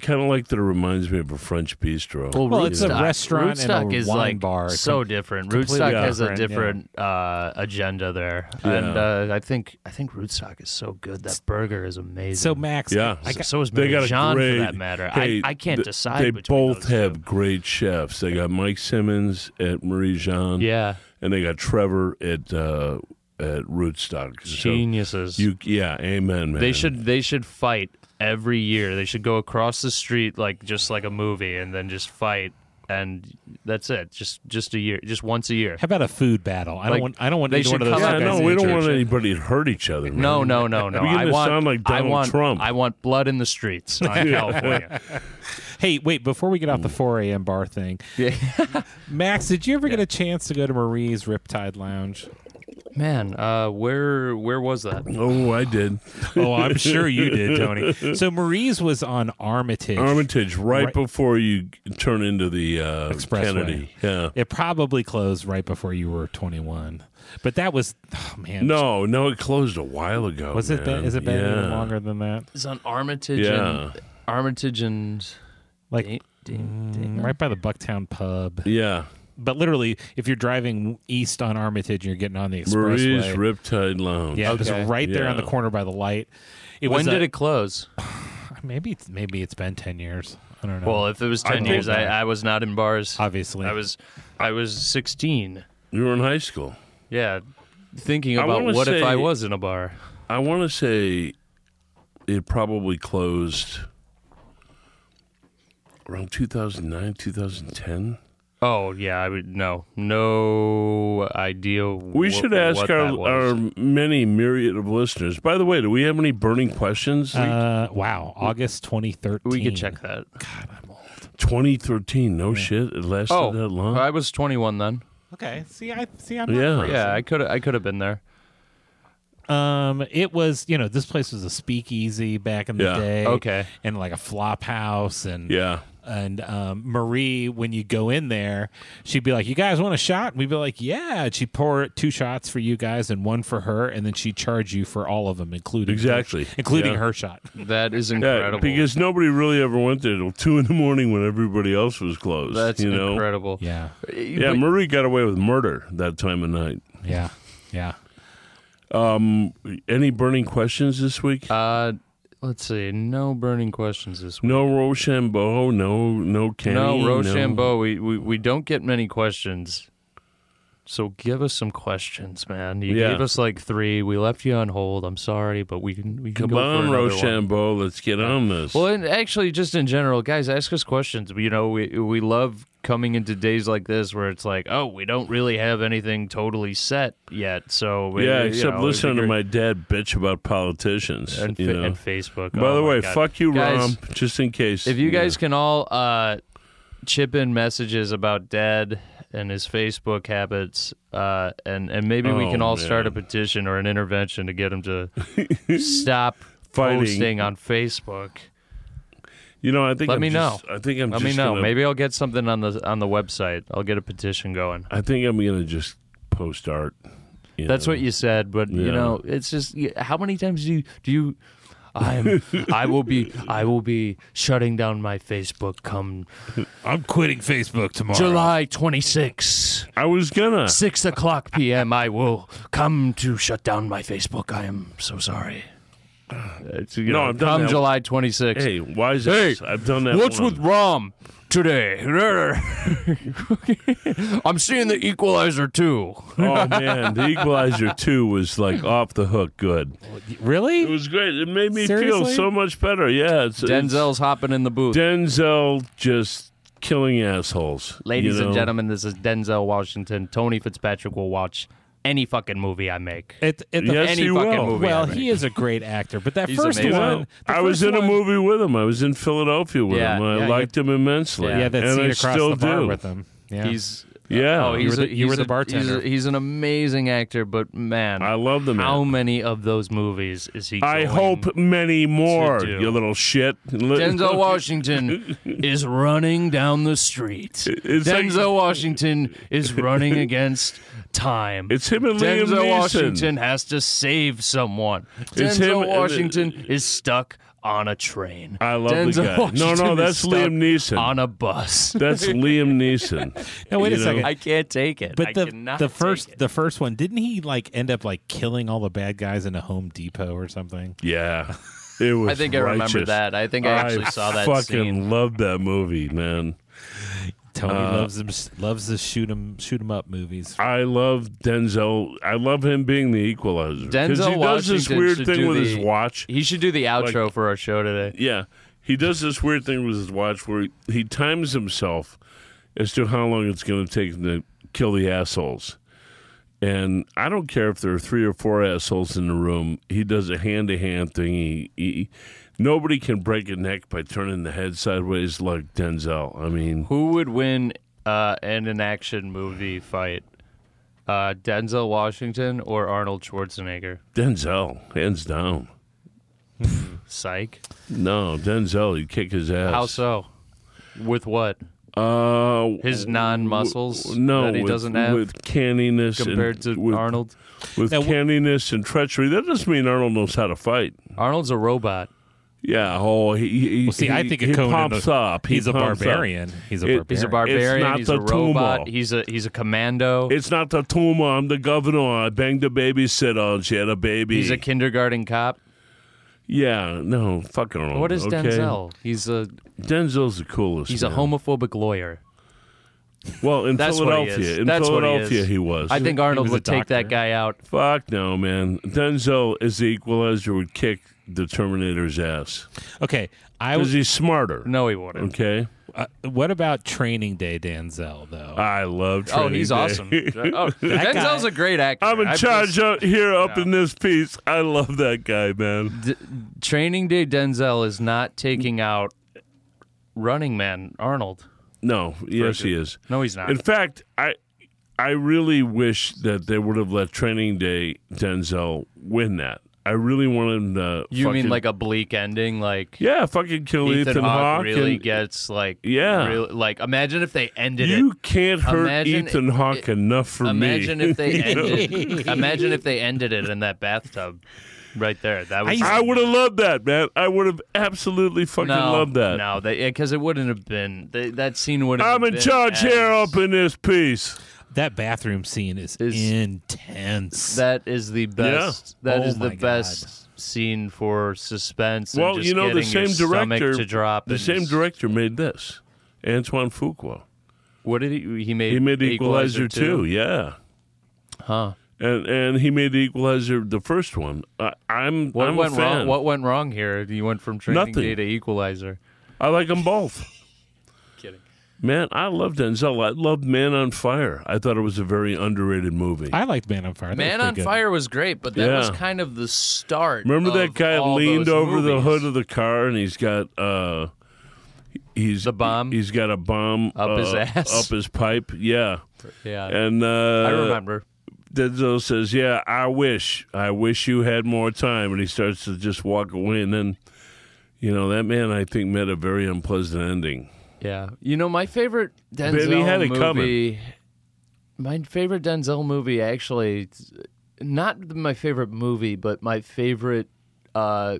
S1: Kind of like that. It reminds me of a French bistro.
S3: Well, it's a restaurant and a
S2: Rootstock is
S3: wine
S2: like
S3: bar.
S2: So different.
S3: completely
S2: Rootstock has a
S3: different,
S2: different
S3: yeah.
S2: uh, agenda there, and uh, I think I think Rootstock is so good. That burger is amazing.
S3: So Max,
S1: Yeah.
S3: I, I,
S2: so is
S1: They
S2: Mary
S1: got a
S2: John
S1: great,
S2: for that matter.
S1: hey,
S2: I, I can't
S1: th-
S2: decide.
S1: They
S2: between
S1: both
S2: those
S1: have
S2: two.
S1: great chefs. They got Mike Simmons at Marie Jean,
S2: yeah
S1: and they got Trevor at uh, at Rootstock. So
S2: geniuses.
S1: you, yeah, amen, man.
S2: they should they should fight every year. They should go across the street like just like a movie, and then just fight, and that's it. Just just a year, just once a year.
S3: how about a food battle? I don't
S2: Like,
S3: want. I don't want
S2: they
S3: either one
S2: should
S3: of those.
S2: come
S1: Yeah,
S2: out
S3: guys
S1: no,
S3: to
S1: we don't
S3: injure
S1: want
S3: each other.
S1: anybody to hurt each other. Man.
S2: No, no, no, no.
S1: We're getting
S2: I
S1: to
S2: want,
S1: sound like
S2: I
S1: Donald
S2: want,
S1: Trump.
S2: I want blood in the streets on California.
S3: Hey, wait! Before we get
S1: Mm.
S3: off the 4 a.m. bar thing, Max, did you ever get a chance to go to Marie's Riptide Lounge?
S2: Man, uh, where where was that?
S1: Oh, I did.
S3: Oh, I'm sure you did, Tony. So Marie's was on Armitage.
S1: Armitage, right,
S3: Right.
S1: before you turn into the uh,
S3: Expressway.
S1: Kennedy. Yeah.
S3: It probably closed right before you were 21, but that was oh, man.
S1: No, no, it closed a while ago.
S3: was it?
S1: Man.
S3: Been, is it been
S1: yeah.
S3: any longer than that?
S2: It's on Armitage
S1: Yeah.
S2: and Armitage and
S3: Like
S2: Da- Da-
S1: Mm.
S2: Da-
S3: right by the Bucktown Pub.
S1: Yeah.
S3: But literally, if you're driving east on Armitage and you're getting on the expressway,
S1: Marie's Riptide Lounge.
S3: yeah, it was
S2: Okay.
S3: right there on the
S1: Yeah.
S3: corner by the light. It
S2: When
S3: was
S2: did
S3: a-
S2: it close?
S3: Maybe it's- maybe it's been 10 years. I don't know.
S2: Well, if it was ten
S3: don't
S2: years, I,
S3: know.
S2: I was not in bars.
S3: obviously,
S2: I was I was sixteen.
S1: You were in high school.
S2: Yeah. Thinking
S1: I
S2: about
S1: wanna
S2: what if I
S1: say-
S2: was in a bar.
S1: I want to say it probably closed around 2009, 2010.
S2: Oh yeah, I would no, no idea.
S1: We should ask our, our many myriad of listeners. By the way, do we have any burning questions?
S3: Uh, wow, August 2013.
S2: We could check that.
S1: 2013, no shit. It lasted
S2: Oh,
S1: that long.
S2: I was 21 then.
S3: Okay, see, I see, I'm
S1: Yeah.
S3: not
S2: Yeah, I could I could have been there.
S3: yeah. Um, it was you know this place was a speakeasy back in the
S1: Yeah,
S3: day.
S2: okay.
S3: and like a flop house and
S1: yeah.
S3: and um, Marie, when you go in there, she'd be like, "You guys want a shot?" And we'd be like, "Yeah." And she'd pour two shots for you guys and one for her, and then she'd charge you for all of them, including
S1: Exactly.
S3: including
S1: Yeah.
S3: her shot.
S2: That is
S1: Yeah,
S2: incredible.
S1: because nobody really ever went there till two in the morning when everybody else was closed.
S2: that's
S1: you know,
S2: incredible.
S3: Yeah,
S1: yeah. Marie got away with murder that time of night.
S3: yeah, yeah.
S1: Any burning questions this week?
S2: Uh, let's see. No burning questions this week.
S1: no Rochambeau. No, no Kenny.
S2: no Rochambeau. We, we we don't get many questions. So give us some questions, man. You
S1: Yeah.
S2: gave us like three. We left you on hold. I'm sorry, but we can we can
S1: Come
S2: go for
S1: on,
S2: another one.
S1: Rochambeau. Let's get on this.
S2: Well, and actually, just in general, guys, ask us questions. You know, we we love coming into days like this where it's like, oh, we don't really have anything totally set yet. So we-
S1: yeah,
S2: you
S1: except
S2: know, it'd
S1: listening
S2: be
S1: to
S2: great.
S1: my dad bitch about politicians.
S2: and,
S1: you
S2: fa-
S1: know?
S2: and Facebook.
S1: By
S2: Oh
S1: the
S2: my
S1: way,
S2: God.
S1: fuck you,
S2: Guys,
S1: Rom. Just in case.
S2: If you guys can all uh, chip in messages about Dad and his Facebook habits, uh, and and maybe we
S1: Oh,
S2: can all start a
S1: man.
S2: petition or an intervention to get him to stop
S1: Fighting.
S2: posting on Facebook.
S1: you know, I think
S2: Let
S1: I'm
S2: me
S1: just, I think I'm.
S2: Let
S1: just
S2: me know.
S1: gonna-
S2: Maybe I'll get something on the on the website. I'll get a petition going.
S1: I think I'm gonna just post art. you
S2: That's
S1: know.
S2: what you said, but
S1: Yeah.
S2: you know, it's just y- how many times do you do you I'm I will be I will be shutting down my Facebook come
S3: I'm quitting Facebook
S1: Oh.
S3: tomorrow.
S2: July 26.
S1: I was gonna.
S2: six o'clock p.m. I will come to shut down my Facebook. I am so sorry.
S1: no, I've done
S2: come
S1: that.
S2: July 26th.
S1: Hey, why is
S2: Hey,
S1: this? I've done that.
S2: What's
S1: one.
S2: with Rom today? I'm seeing the Equalizer too.
S1: Oh man, The Equalizer Two was like off the hook. Good. It
S3: Really?
S1: was great. It made me feel
S3: Seriously?
S1: so much better. Yeah, it's, it's-
S2: Denzel's hopping in the booth.
S1: Denzel just killing assholes.
S2: Ladies
S1: you know?
S2: and gentlemen, this is Denzel Washington. Tony Fitzpatrick will watch any fucking movie I make.
S3: At, at the
S1: Yes,
S2: any
S1: he
S2: fucking
S1: will.
S2: movie.
S3: well,
S2: I make.
S3: he is a great actor, but that
S2: He's
S3: first
S2: amazing.
S1: Well,
S3: one, the
S1: I was
S3: first
S1: in a
S3: one-
S1: movie with him. I was in Philadelphia with
S2: Yeah,
S1: him. I
S3: yeah,
S1: liked him immensely.
S3: Yeah, that
S1: and
S3: scene
S1: I
S3: across
S1: still
S3: the bar
S1: do.
S3: with him. Yeah,
S2: He's
S1: Yeah,
S2: oh, he's
S3: were
S2: a-
S3: the- you were
S2: he's a-
S3: the
S2: he's a-
S3: bartender.
S2: He's, an amazing actor, but man,
S1: I love the man.
S2: How many of those movies is he?
S1: I
S2: going-
S1: hope many more.
S2: do.
S1: You little shit.
S2: Denzel Washington is running down the street.
S1: It's like-
S2: Denzel Washington is running against time.
S1: It's him and Liam
S2: Denzel
S1: Neeson.
S2: Washington has to save someone.
S1: It's him
S2: Denzel
S1: and-
S2: Washington is stuck on a train.
S1: I love the
S2: Denzel
S1: guy. No,
S2: Washington
S1: no,
S2: is
S1: that's
S2: stuck
S1: Liam Neeson.
S2: on a bus.
S1: That's Liam Neeson.
S3: now wait a
S1: you know,
S3: second.
S2: I can't take it.
S3: But
S2: I
S3: the
S2: cannot
S3: the
S2: take
S3: first
S2: it.
S3: the first one didn't he like end up like killing all the bad guys in a Home Depot or something?
S1: Yeah, it was.
S2: I think I remember
S1: righteous.
S2: that. I think I actually saw that
S1: Fucking
S2: scene.
S1: loved that movie, man.
S3: Tony loves him loves the shoot 'em shoot 'em up movies.
S1: I love Denzel. I love him being the equalizer. 'Cause
S2: Denzel
S1: he does this
S2: Washington
S1: weird
S2: should
S1: thing
S2: do
S1: with
S2: the-
S1: his watch.
S2: He should do the outro for our show today.
S1: Yeah, he does this weird thing with his watch where he, he times himself as to how long it's going to take him to kill the assholes. And I don't care if there are three or four assholes in the room. He does a hand to hand thing. He, he nobody can break a neck by turning the head sideways like Denzel. I mean,
S2: Who would win uh, in an action movie fight? Uh, Denzel Washington or Arnold Schwarzenegger?
S1: Denzel, hands down.
S2: Psych.
S1: No, Denzel, he'd kick his ass.
S2: How so? With what?
S1: Uh,
S2: His non-muscles
S1: no,
S2: that he
S1: with-
S2: doesn't have
S1: with canniness and-
S2: compared to
S1: with,
S2: Arnold.
S1: with
S3: Now, wh-
S1: canniness and treachery. That doesn't mean Arnold knows how to fight.
S2: Arnold's a robot.
S1: Yeah, oh, he, he
S3: Well, see, I
S1: he-
S3: think
S1: he
S3: of Conan
S1: pops
S3: the-
S1: up. He
S3: He's a
S1: pops up.
S3: barbarian. He's a
S1: It- he's
S3: barbarian.
S2: He's a
S1: It's
S2: barbarian.
S1: not
S2: He's
S1: the
S2: a robot.
S1: Tumor.
S2: He's a he's a commando.
S1: It's not the tumor. I'm the governor. I banged a babysitter. and She had a baby.
S2: he's a kindergarten cop.
S1: yeah, no, fucking Arnold.
S2: What is
S1: okay?
S2: Denzel? He's a
S1: Denzel's the coolest.
S2: he's a
S1: man.
S2: homophobic lawyer.
S1: Well, in
S2: That's what he
S1: Philadelphia,
S2: is.
S1: in
S2: That's what he
S1: Philadelphia,
S2: is.
S1: he was.
S2: I think Arnold
S3: was a
S2: would take that
S3: doctor.
S2: guy out.
S1: Fuck no, man. Denzel is the equalizer would kick the Terminator's ass
S3: Okay, I
S1: because
S3: was.
S1: he's smarter.
S2: No, he wouldn't.
S1: Okay,
S3: Uh, what about Training Day, Danzel? Though
S1: I love.
S2: Oh,
S1: Training
S2: he's
S1: Day.
S2: awesome. oh, Denzel's
S3: guy-
S2: a great actor.
S1: I'm in
S2: I
S1: charge
S2: just-
S1: up here up in this piece. I love that guy, man.
S2: D- Training Day Denzel is not taking out Running Man Arnold.
S1: No, yes, he is.
S2: No, he's not.
S1: In fact, I I really wish that they would have let Training Day Denzel win that. I really wanted him to.
S2: you mean
S1: fucking-
S2: like a bleak ending, like
S1: yeah, fucking kill
S2: Ethan,
S1: Ethan,
S2: Hawke
S1: Hawke.
S2: really
S1: and-
S2: gets like
S1: Yeah.
S2: really, like imagine if they ended
S1: you
S2: it.
S1: can't hurt
S2: Imagine-
S1: Ethan Hawke enough for
S2: Imagine
S1: me.
S2: if they ended. imagine if they ended it in that bathtub, right there. That was.
S1: I would have loved that, man. I would have absolutely fucking
S2: no,
S1: loved that.
S2: No, because it wouldn't have been they, that scene. Would
S1: I'm in charge here oh, up in this piece.
S3: that bathroom scene is,
S2: Is-
S3: intense.
S2: That is the best. That is
S3: Oh
S2: the
S3: my God.
S2: best scene for suspense. and
S1: Well,
S2: just
S1: you know, the
S2: getting your
S1: same
S2: stomach
S1: director-
S2: to drop.
S1: The
S2: and
S1: same
S2: just-
S1: director made this, Antoine Fuqua.
S2: What did he? He made.
S1: He made Equalizer, too.
S2: too.
S1: Yeah.
S2: Huh?
S1: and and he made the equalizer the first one. I, I'm
S2: What
S1: I'm
S2: went
S1: a
S2: wrong?
S1: fan.
S2: What went wrong here? You went from Training
S1: Nothing.
S2: Day to Equalizer.
S1: I like them both.
S2: Kidding.
S1: Man, I loved Denzel. I loved Man on Fire. I thought it was a very underrated movie.
S3: I liked Man on Fire. That
S2: Man
S3: was pretty
S2: on
S3: good.
S2: Fire was great, but that was
S1: Yeah.
S2: kind of the start.
S1: Remember that
S2: of
S1: guy
S2: all
S1: leaned
S2: those
S1: over the
S2: movies.
S1: hood of the car and he's got uh he's
S2: The bomb?
S1: He's got a bomb
S2: Up his
S1: uh,
S2: ass?
S1: up his pipe. Yeah.
S2: Yeah,
S1: And uh
S2: I remember.
S1: Denzel says, "Yeah, I wish, I wish you had more time." And he starts to just walk away, and then, you know, that man I think met a very unpleasant ending.
S2: Yeah, you know my favorite
S1: he
S2: Denzel
S1: had it
S2: movie. My favorite Denzel movie, actually, not my favorite movie, but my favorite uh,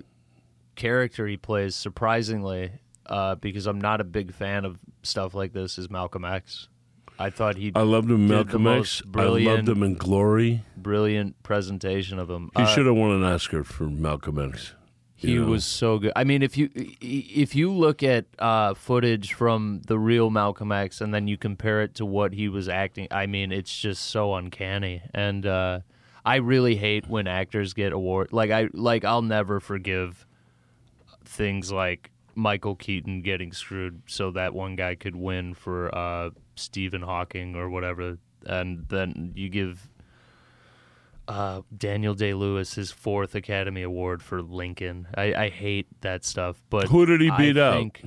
S2: character he plays. Surprisingly, uh, because I'm not a big fan of stuff like this, is Malcolm X. I thought he
S1: I loved him, in
S2: Did the
S1: Malcolm X. I
S2: most
S1: loved
S2: brilliant-
S1: him in Glory.
S2: brilliant presentation of him.
S1: He
S2: Uh,
S1: should have won an Oscar for Malcolm X.
S2: He
S1: you know?
S2: was so good. I mean, if you if you look at uh, footage from the real Malcolm X and then you compare it to what he was acting, I mean, it's just so uncanny. And uh, I really hate when actors get award like I like I'll never forgive things like Michael Keaton getting screwed so that one guy could win for uh, Stephen Hawking or whatever, and then you give uh, Daniel Day Lewis his fourth Academy Award for Lincoln. I, I hate that stuff. But
S1: Who did he beat
S2: I
S1: out?
S2: think-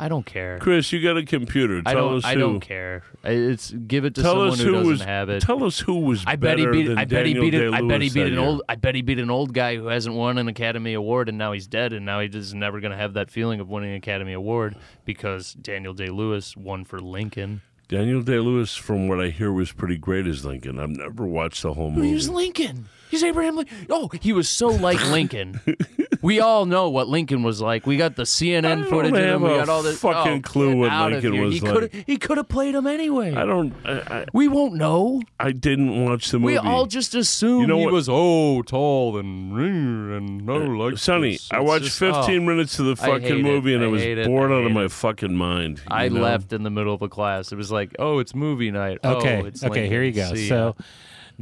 S2: I don't care.
S1: Chris, you got a computer. Tell
S2: I don't.
S1: us
S2: I
S1: who.
S2: don't care. I- It's give it to
S1: Tell
S2: someone
S1: us
S2: who,
S1: who,
S2: doesn't
S1: was.
S2: have it.
S1: Tell us who was.
S2: I bet he
S1: better
S2: beat.
S1: than
S2: I bet he beat.
S1: Daniel
S2: An, I bet he
S1: Day-Lewis
S2: beat
S1: that
S2: an
S1: year.
S2: old. I bet he beat an old guy who hasn't won an Academy Award, and now he's dead, and now he just never going to have that feeling of winning an Academy Award because Daniel Day Lewis won for Lincoln.
S1: Daniel Day Lewis, from what I hear, was pretty great as Lincoln. I've never watched the whole movie.
S2: He was Lincoln. He's Abraham Lincoln. Oh, he was so like Lincoln. we all know what Lincoln was like. We got the
S1: I
S2: CNN
S1: don't
S2: footage of
S1: have
S2: him. We
S1: a
S2: got all this.
S1: fucking
S2: oh,
S1: clue
S2: get
S1: what
S2: out of
S1: Lincoln
S2: here.
S1: was
S2: he
S1: like.
S2: Could've, he could have played him anyway.
S1: I don't. I, I,
S2: we won't know.
S1: I didn't watch the movie.
S2: We all just assumed
S1: You know
S2: he
S1: what- Uh,
S2: was oh tall and and no like
S1: Sonny,
S2: this.
S1: I
S2: It's
S1: watched
S2: just-
S1: 15
S2: oh.
S1: minutes of the
S2: I hate
S1: fucking
S2: it.
S1: movie and
S2: I
S1: I was
S2: hate it.
S1: bored
S2: I
S1: out of
S2: hate
S1: my fucking mind. you
S2: I
S1: know?
S2: left in the middle of a class. It was like, oh, it's movie night.
S3: Okay.
S2: Oh, it's
S3: okay.
S2: Lincoln.
S3: Here you go.
S2: See uh, ya.
S3: so,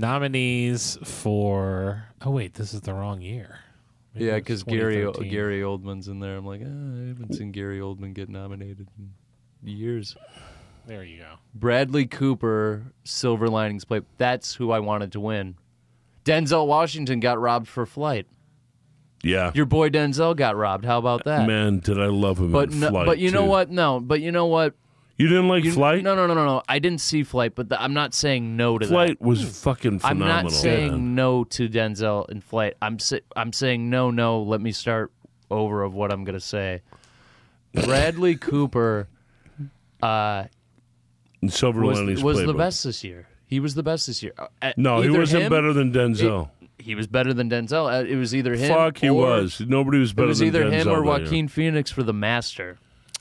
S3: nominees for. Oh wait, this is the wrong year. Maybe
S2: yeah,
S3: it's
S2: because Gary
S3: 2013.
S2: Gary Oldman's in there. I'm like, ah, I haven't seen Gary Oldman get nominated in years.
S3: There you go.
S2: Bradley Cooper, Silver Linings Play. That's who I wanted to win. Denzel Washington got robbed for flight.
S1: Yeah.
S2: Your boy Denzel got robbed. How about that?
S1: Man, did I love him
S2: but
S1: in
S2: no,
S1: Flight.
S2: but you know
S1: too.
S2: what? No, but you know what?
S1: You didn't like
S2: You-
S1: Flight?
S2: No, no, no, no, no. I didn't see Flight, but the, I'm not saying no to that.
S1: Flight was fucking
S2: I'm
S1: phenomenal.
S2: not saying
S1: man.
S2: no to Denzel in Flight. I'm sa- I'm saying no, no. Let me start over of what I'm gonna say. Bradley Cooper uh,
S1: And Silver
S2: was
S1: Linings
S2: was the
S1: Playbook.
S2: best this year. He was the best this year. Uh,
S1: No, he
S2: either
S1: wasn't
S2: him-
S1: better than Denzel.
S2: He was better than Denzel. Uh, It was either him.
S1: Fuck, he
S2: or-
S1: was. Nobody was
S2: It
S1: better
S2: was
S1: than
S2: either
S1: Denzel
S2: him
S1: that
S2: or
S1: year.
S2: Joaquin Phoenix for The Master.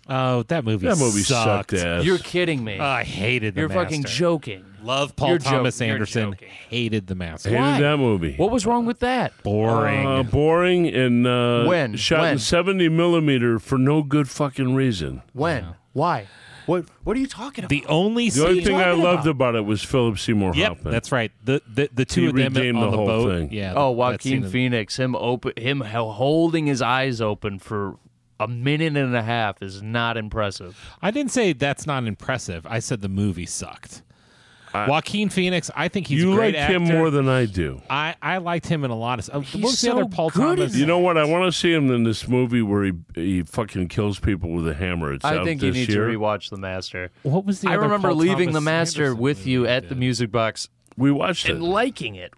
S3: Oh, that movie.
S1: That movie
S3: sucked.
S1: sucked ass.
S2: You're kidding me.
S3: Oh, I hated the
S2: You're fucking
S3: Master.
S2: joking.
S3: Love Paul
S2: You're joking.
S3: Thomas
S2: You're
S3: Anderson.
S2: joking.
S3: Hated the master.
S1: Hated
S2: Why?
S1: that movie.
S2: What was wrong with that?
S3: Boring.
S1: Uh, boring and uh,
S2: When?
S1: shot
S2: When?
S1: in 70 millimeter for no good fucking reason.
S2: When? Why? What What are you talking about?
S3: The only
S1: The only
S3: scene-
S1: thing I loved about it was Philip Seymour
S3: Yep,
S1: Hoffman.
S3: that's right. The the, the two
S1: He
S3: of them
S1: redeemed
S3: on
S1: the whole
S3: boat.
S1: thing.
S3: Yeah.
S2: oh,
S3: that scene
S2: Joaquin
S3: in-
S2: Phoenix, him open, him hel- holding his eyes open for a minute and a half is not impressive.
S3: I didn't say that's not impressive. I said the movie sucked. Joaquin Phoenix, I think he's
S1: you
S3: a great
S1: like him
S3: actor.
S1: more than I do.
S3: I, I liked him in a lot of stuff.
S2: He's
S3: What was the
S2: so
S3: other Paul
S2: good in
S3: Thomas?
S1: You know what? I want to see him in this movie where he he fucking kills people with a hammer. It's
S2: I
S1: out
S2: think you
S1: this
S2: need
S1: year.
S2: to rewatch The Master.
S3: What was the
S2: I
S3: other
S2: remember
S3: Paul
S2: leaving
S3: Thomas
S2: The Master
S3: Anderson
S2: with
S3: movie
S2: you
S3: he
S2: at
S3: did?
S2: the music box
S1: we watched it.
S2: and liking it.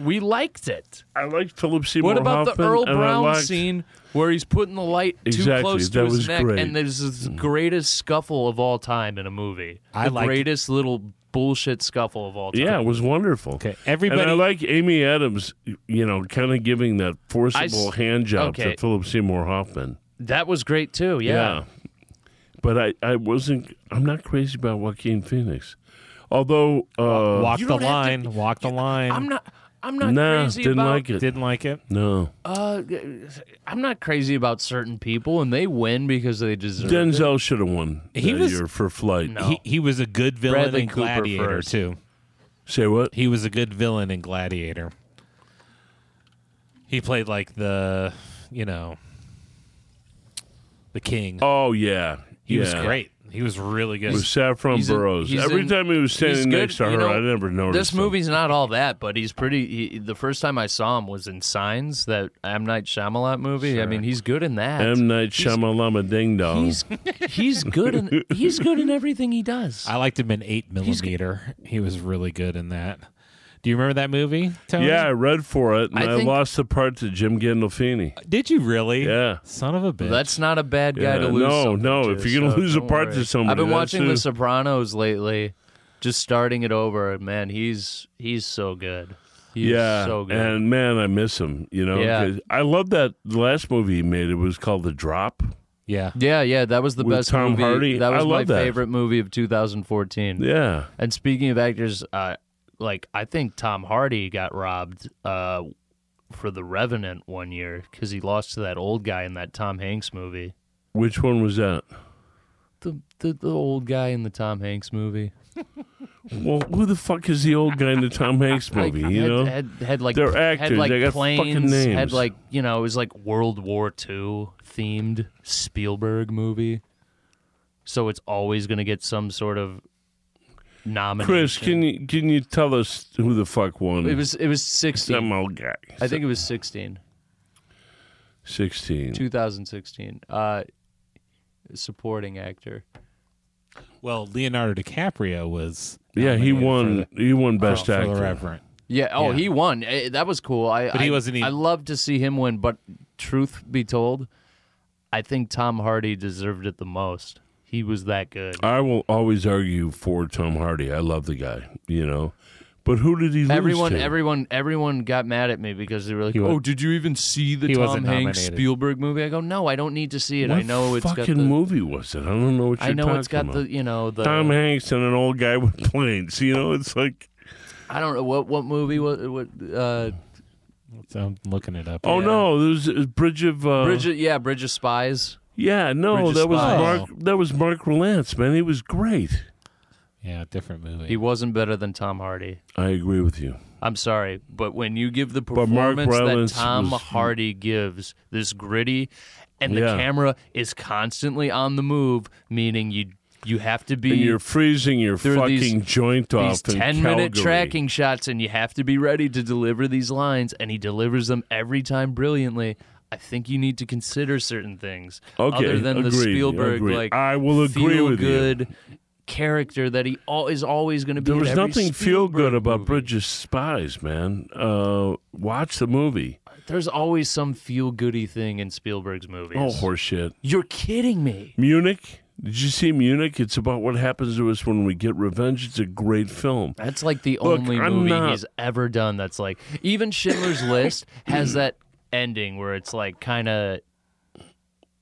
S2: We liked it.
S1: I like Philip Seymour
S2: What about
S1: Hoffman.
S2: the Earl
S1: and I
S2: Brown
S1: liked-
S2: scene where he's putting the light
S1: Exactly,
S2: too close to
S1: that
S2: his
S1: was
S2: neck
S1: great. Mm.
S2: and there's the greatest scuffle of all time in a movie?
S3: I
S2: the
S3: liked-
S2: greatest little bullshit scuffle of all time.
S1: Yeah, it was wonderful.
S3: Okay, everybody-
S1: And I like Amy Adams, you know, kind of giving that forcible
S2: s-
S1: hand job
S2: okay.
S1: to Philip Seymour Hoffman.
S2: That was great too. Yeah.
S1: But I, I wasn't. I'm not crazy about Joaquin Phoenix, although uh,
S3: Walk
S2: You
S3: the
S2: don't have to-
S3: line. walk the line.
S2: I'm not I'm not
S1: nah,
S2: crazy
S1: didn't
S2: about
S1: like it.
S3: Didn't like it.
S1: no,
S2: uh I'm not crazy about certain people and they win because they deserve it.
S1: Denzel should have won.
S3: He
S1: that
S3: was-
S1: year for flight.
S2: No.
S3: He, he was a good villain
S2: Bradley
S3: in
S2: Cooper
S3: Gladiator
S2: first.
S3: too.
S1: Say what?
S3: He was a good villain in Gladiator. He played like the, you know, the king.
S1: Oh yeah,
S3: he was
S1: yeah.
S3: great. He was really good.
S1: With Saffron
S2: he's in-
S1: Burrows.
S2: he's
S1: Every
S2: in-
S1: time he was
S2: he's
S1: standing
S2: good,
S1: next to her,
S2: you know,
S1: I never noticed.
S2: This
S1: him.
S2: movie's not all that, but he's pretty. He, the first time I saw him was in Signs, that M Night Shyamalan movie. I mean, he's good in that.
S1: M Night Shyamalama Ding Dong.
S2: he's he's good in he's good in everything he does.
S3: I liked him in Eight Millimeter. He was really good in that. Do you remember that movie? Tony?
S1: Yeah, I read for it, and
S2: I
S1: I,
S2: think-
S1: lost the part to Jim Gandolfini.
S3: Did you really?
S1: Yeah.
S3: Son of a bitch.
S2: That's not a bad guy
S1: Yeah,
S2: to lose.
S1: no,
S2: something
S1: no,
S2: to,
S1: if you're gonna
S2: so
S1: lose a
S2: don't
S1: part
S2: worry.
S1: to somebody,
S2: I've been
S1: that's
S2: watching
S1: who-
S2: The Sopranos lately, just starting it over. and Man, he's he's so good. He's
S1: yeah,
S2: so good.
S1: and man, I miss him. You know,
S2: Yeah.
S1: 'cause I love that the last movie he made. It was called The Drop.
S3: yeah.
S2: yeah, yeah, that was the
S1: With
S2: best
S1: Tom
S2: movie.
S1: Hardy.
S2: That
S1: I
S2: was my
S1: love that.
S2: favorite movie of 2014.
S1: Yeah,
S2: And speaking of actors, uh, like I think Tom Hardy got robbed uh, for The Revenant one year because he lost to that old guy in that Tom Hanks movie.
S1: which one was that?
S2: The the, the old guy in the Tom Hanks movie.
S1: Well, who the fuck is the old guy in the Tom Hanks movie?
S2: Like,
S1: You
S2: had,
S1: know,
S2: had, had like
S1: They're
S2: had
S1: actors.
S2: like
S1: They got fucking
S2: planes, had
S1: names.
S2: like you know it was like World War II themed Spielberg movie. So it's always going to get some sort of nomination.
S1: Chris, can you can you tell us who the fuck won?
S2: it was it was sixteen.
S1: some old guy.
S2: I think it was sixteen.
S1: sixteen.
S2: 2016. Uh, supporting actor.
S3: Well, Leonardo DiCaprio was.
S1: Yeah, he
S3: nominated for
S1: won.
S3: the-
S1: He won
S3: for-
S1: best
S3: for the
S1: actor.
S3: Reverend.
S2: Yeah. Oh,
S3: Yeah.
S2: he won. Eh, that was cool. I.
S3: But he
S2: I-
S3: wasn't even-
S2: I love to see him win. But truth be told, I think Tom Hardy deserved it the most. He was that good.
S1: I will always argue for Tom Hardy. I love the guy, you know. But who did he lose
S2: Everyone,
S1: to?
S2: everyone, everyone got mad at me because they were like,
S3: wa-
S2: "Oh, did you even see the
S3: he
S2: Tom
S3: wasn't
S2: Hanks
S3: nominated.
S2: Spielberg movie?" I go, "No, I don't need to see it.
S1: what
S2: I know it's
S1: fucking
S2: got the,
S1: movie was it? I don't know what you're
S2: I know it's got
S1: talking
S2: the,
S1: about.
S2: you know, the uh,
S1: Tom Hanks and an old guy with planes. You know, it's like,
S2: I don't know what what movie what what uh,
S3: So I'm looking it up.
S1: oh
S2: Yeah.
S1: no, there's uh, Bridge of uh,
S2: Bridge of, yeah, Bridge of Spies.
S1: Yeah, no,
S3: Bridge of
S1: that was
S3: Spies.
S1: Mark. That was Mark Rylance, man. He was great.
S3: Yeah, different movie.
S2: He wasn't better than Tom Hardy.
S1: I agree with you.
S2: I'm sorry, but when you give the
S1: Mark
S2: performance that
S1: Rylance
S2: Tom
S1: was-
S2: Hardy gives, this gritty, and the
S1: Yeah.
S2: camera is constantly on the move, meaning you you have to
S1: And
S2: be
S1: you're freezing your
S2: there are
S1: fucking
S2: these-
S1: joint off
S2: these
S1: in
S2: 10 minute
S1: Calgary.
S2: tracking shots, and you have to be ready to deliver these lines, and he delivers them every time brilliantly. I think you need to consider certain things
S1: Okay,
S2: other than the
S1: agreed,
S2: Spielberg
S1: agreed.
S2: like
S1: I will agree
S2: feel
S1: with you.
S2: good character that he all, is always going to be.
S1: There
S2: in
S1: was
S2: every
S1: nothing feel
S2: Spielberg
S1: good about
S2: movie.
S1: Bridge of Spies, man. Uh, watch the movie.
S2: There's always some feel goody thing in Spielberg's movies.
S1: Oh, horseshit.
S2: You're kidding me.
S1: Munich. Did you see Munich? It's about what happens to us when we get revenge. It's a great film.
S2: That's like the
S1: Look,
S2: only
S1: I'm
S2: movie
S1: not-
S2: he's ever done that's like even Schindler's List has that ending where it's like kind of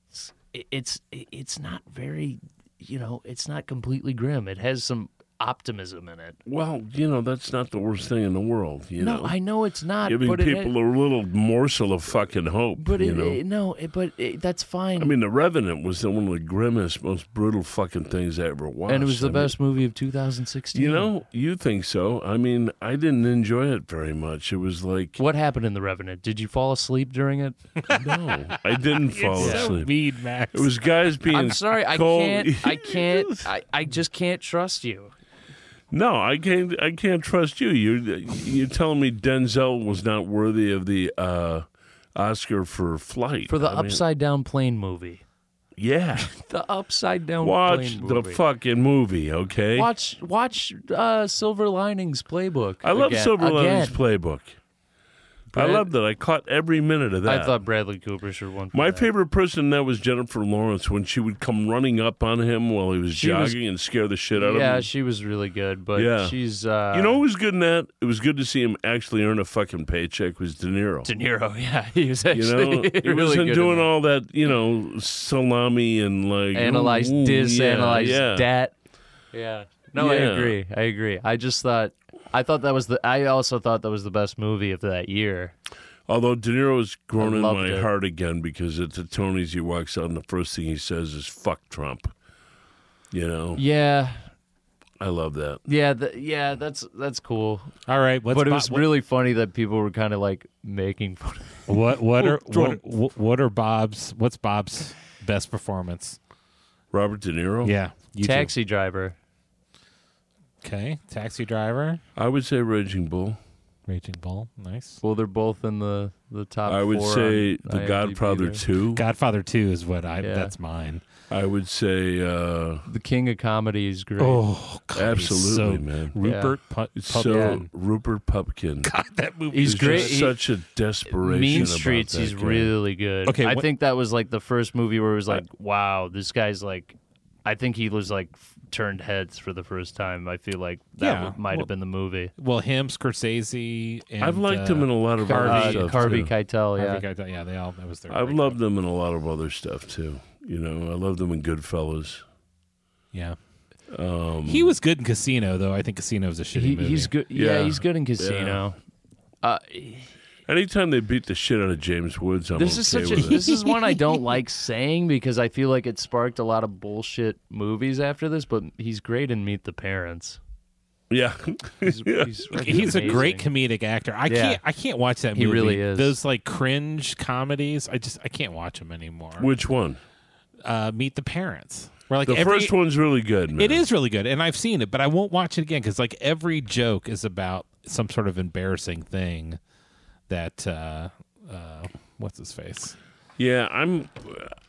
S2: it's it's it's not very, you know, it's not completely grim. It has some optimism in it.
S1: Well, you know that's not the worst thing in the world. You
S2: no,
S1: know,
S2: I know it's not.
S1: giving
S2: but
S1: people
S2: it,
S1: a little morsel of fucking hope.
S2: but
S1: you
S2: it,
S1: know,
S2: it- no, it, but it, that's fine.
S1: I mean, The Revenant was the, one of the grimmest, most brutal fucking things I ever watched.
S2: and it was
S1: I
S2: the
S1: mean,
S2: best movie of 2016.
S1: you know, you think so? I mean, I didn't enjoy it very much. It was like
S2: what happened in The Revenant? Did you fall asleep during it?
S1: no, I didn't fall asleep.
S3: mean, Max.
S1: it was guys being.
S2: I'm sorry, I
S1: cold.
S2: can't. I can't. I, I just can't trust you.
S1: No, I can't. I can't trust you. You you're telling me Denzel was not worthy of the uh, Oscar for Flight
S2: For the
S1: I mean,
S2: upside down plane movie.
S1: yeah,
S2: The upside down
S1: watch
S2: plane
S1: the
S2: movie.
S1: fucking movie, okay?
S2: Watch watch uh, Silver Linings Playbook.
S1: I love
S2: again-
S1: Silver Linings
S2: again.
S1: Playbook. I
S2: Brad-
S1: love that. I caught every minute of that.
S2: I thought Bradley Cooper should have won. For
S1: My
S2: that.
S1: favorite person in that was Jennifer Lawrence when she would come running up on him while he was
S2: She was-
S1: jogging and scare the shit out
S2: Yeah,
S1: of him.
S2: she was really good, but
S1: Yeah.
S2: she's uh,
S1: you know who was good in that? It was good to see him actually earn a fucking paycheck. Was De Niro?
S2: De Niro. Yeah, he was
S1: You
S2: actually
S1: know, he
S2: really
S1: wasn't
S2: good
S1: doing
S2: in that.
S1: all that, you know, salami and like
S2: analyze
S1: ooh, ooh,
S2: this,
S1: yeah,
S2: analyze
S1: yeah.
S2: that. Yeah. No, I
S1: Yeah.
S2: agree. I agree. I just thought. I thought that was the. I also thought that was the best movie of that year.
S1: Although De Niro's grown
S2: I
S1: in
S2: loved
S1: my
S2: it.
S1: heart again because at the Tonys he walks out and the first thing he says is "fuck Trump." You know,
S2: Yeah,
S1: I love that.
S2: yeah, th- yeah. That's that's cool.
S3: All right, let's
S2: but it
S3: bo-
S2: was
S3: what-
S2: really funny that people were kind of like making fun. of
S3: What what are
S1: Trump.
S3: what, what what are Bob's what's Bob's best performance?
S1: Robert De Niro.
S3: Yeah, you two.
S2: Taxi driver.
S3: Okay, taxi driver,
S1: I would say Raging Bull.
S3: Raging Bull, nice.
S2: Well, they're both in the the top.
S1: I would
S2: four
S1: say
S2: on
S1: The
S2: IMDb
S1: Godfather
S2: there.
S1: Two.
S3: Godfather Two is what I
S2: Yeah.
S3: that's mine.
S1: I would say uh,
S2: The King of Comedy is great.
S3: Oh, God, he's
S1: absolutely,
S3: so,
S1: man.
S3: Rupert Pu-
S1: It's so
S3: Pumpkin.
S1: Rupert Pupkin.
S3: God, that movie.
S2: He's
S1: There's
S2: great.
S1: just
S2: He-
S1: such a desperation.
S2: mean
S1: about
S2: Streets,
S1: that
S2: he's
S1: guy.
S2: really good.
S3: Okay,
S2: I
S3: what-
S2: think that was like the first movie where it was like, wow, this guy's like, I think he was like f- turned heads for the first time. I feel like that
S3: Yeah,
S2: w- might
S3: well-
S2: have been the movie.
S3: well, him, Scorsese. And,
S1: I've liked
S3: uh,
S1: him in a lot of
S3: Carvey-
S1: other
S2: Uh,
S1: stuff.
S2: Carvey
S1: too.
S2: Keitel, yeah.
S3: Harvey Keitel. yeah, they all that was their.
S1: I've
S3: breakup.
S1: loved them in a lot of other stuff too. You know, I love them in Goodfellas.
S3: Yeah,
S1: Um,
S3: he was good in Casino though. I think Casino was a shitty
S2: He,
S3: movie.
S2: he's good. Yeah,
S1: Yeah.
S2: he's good in Casino. Uh,
S1: anytime they beat the shit out of James Woods, I'm
S2: this
S1: okay
S2: is such a,
S1: with it.
S2: this is one I don't like saying because I feel like it sparked a lot of bullshit movies after this. But he's great in Meet the Parents.
S1: yeah,
S2: He's,
S1: Yeah.
S2: he's fucking
S3: He's a great
S2: amazing.
S3: comedic actor. I
S2: Yeah.
S3: can't. I can't watch that.
S2: He
S3: movie.
S2: really is.
S3: Those like cringe comedies. I just. I can't watch them anymore.
S1: Which one?
S3: uh, Meet the Parents. Where like
S1: The
S3: every,
S1: first one's really good. Man.
S3: It is really good, and I've seen it, but I won't watch it again because like every joke is about some sort of embarrassing thing that uh, uh, what's his face,
S1: Yeah, I'm.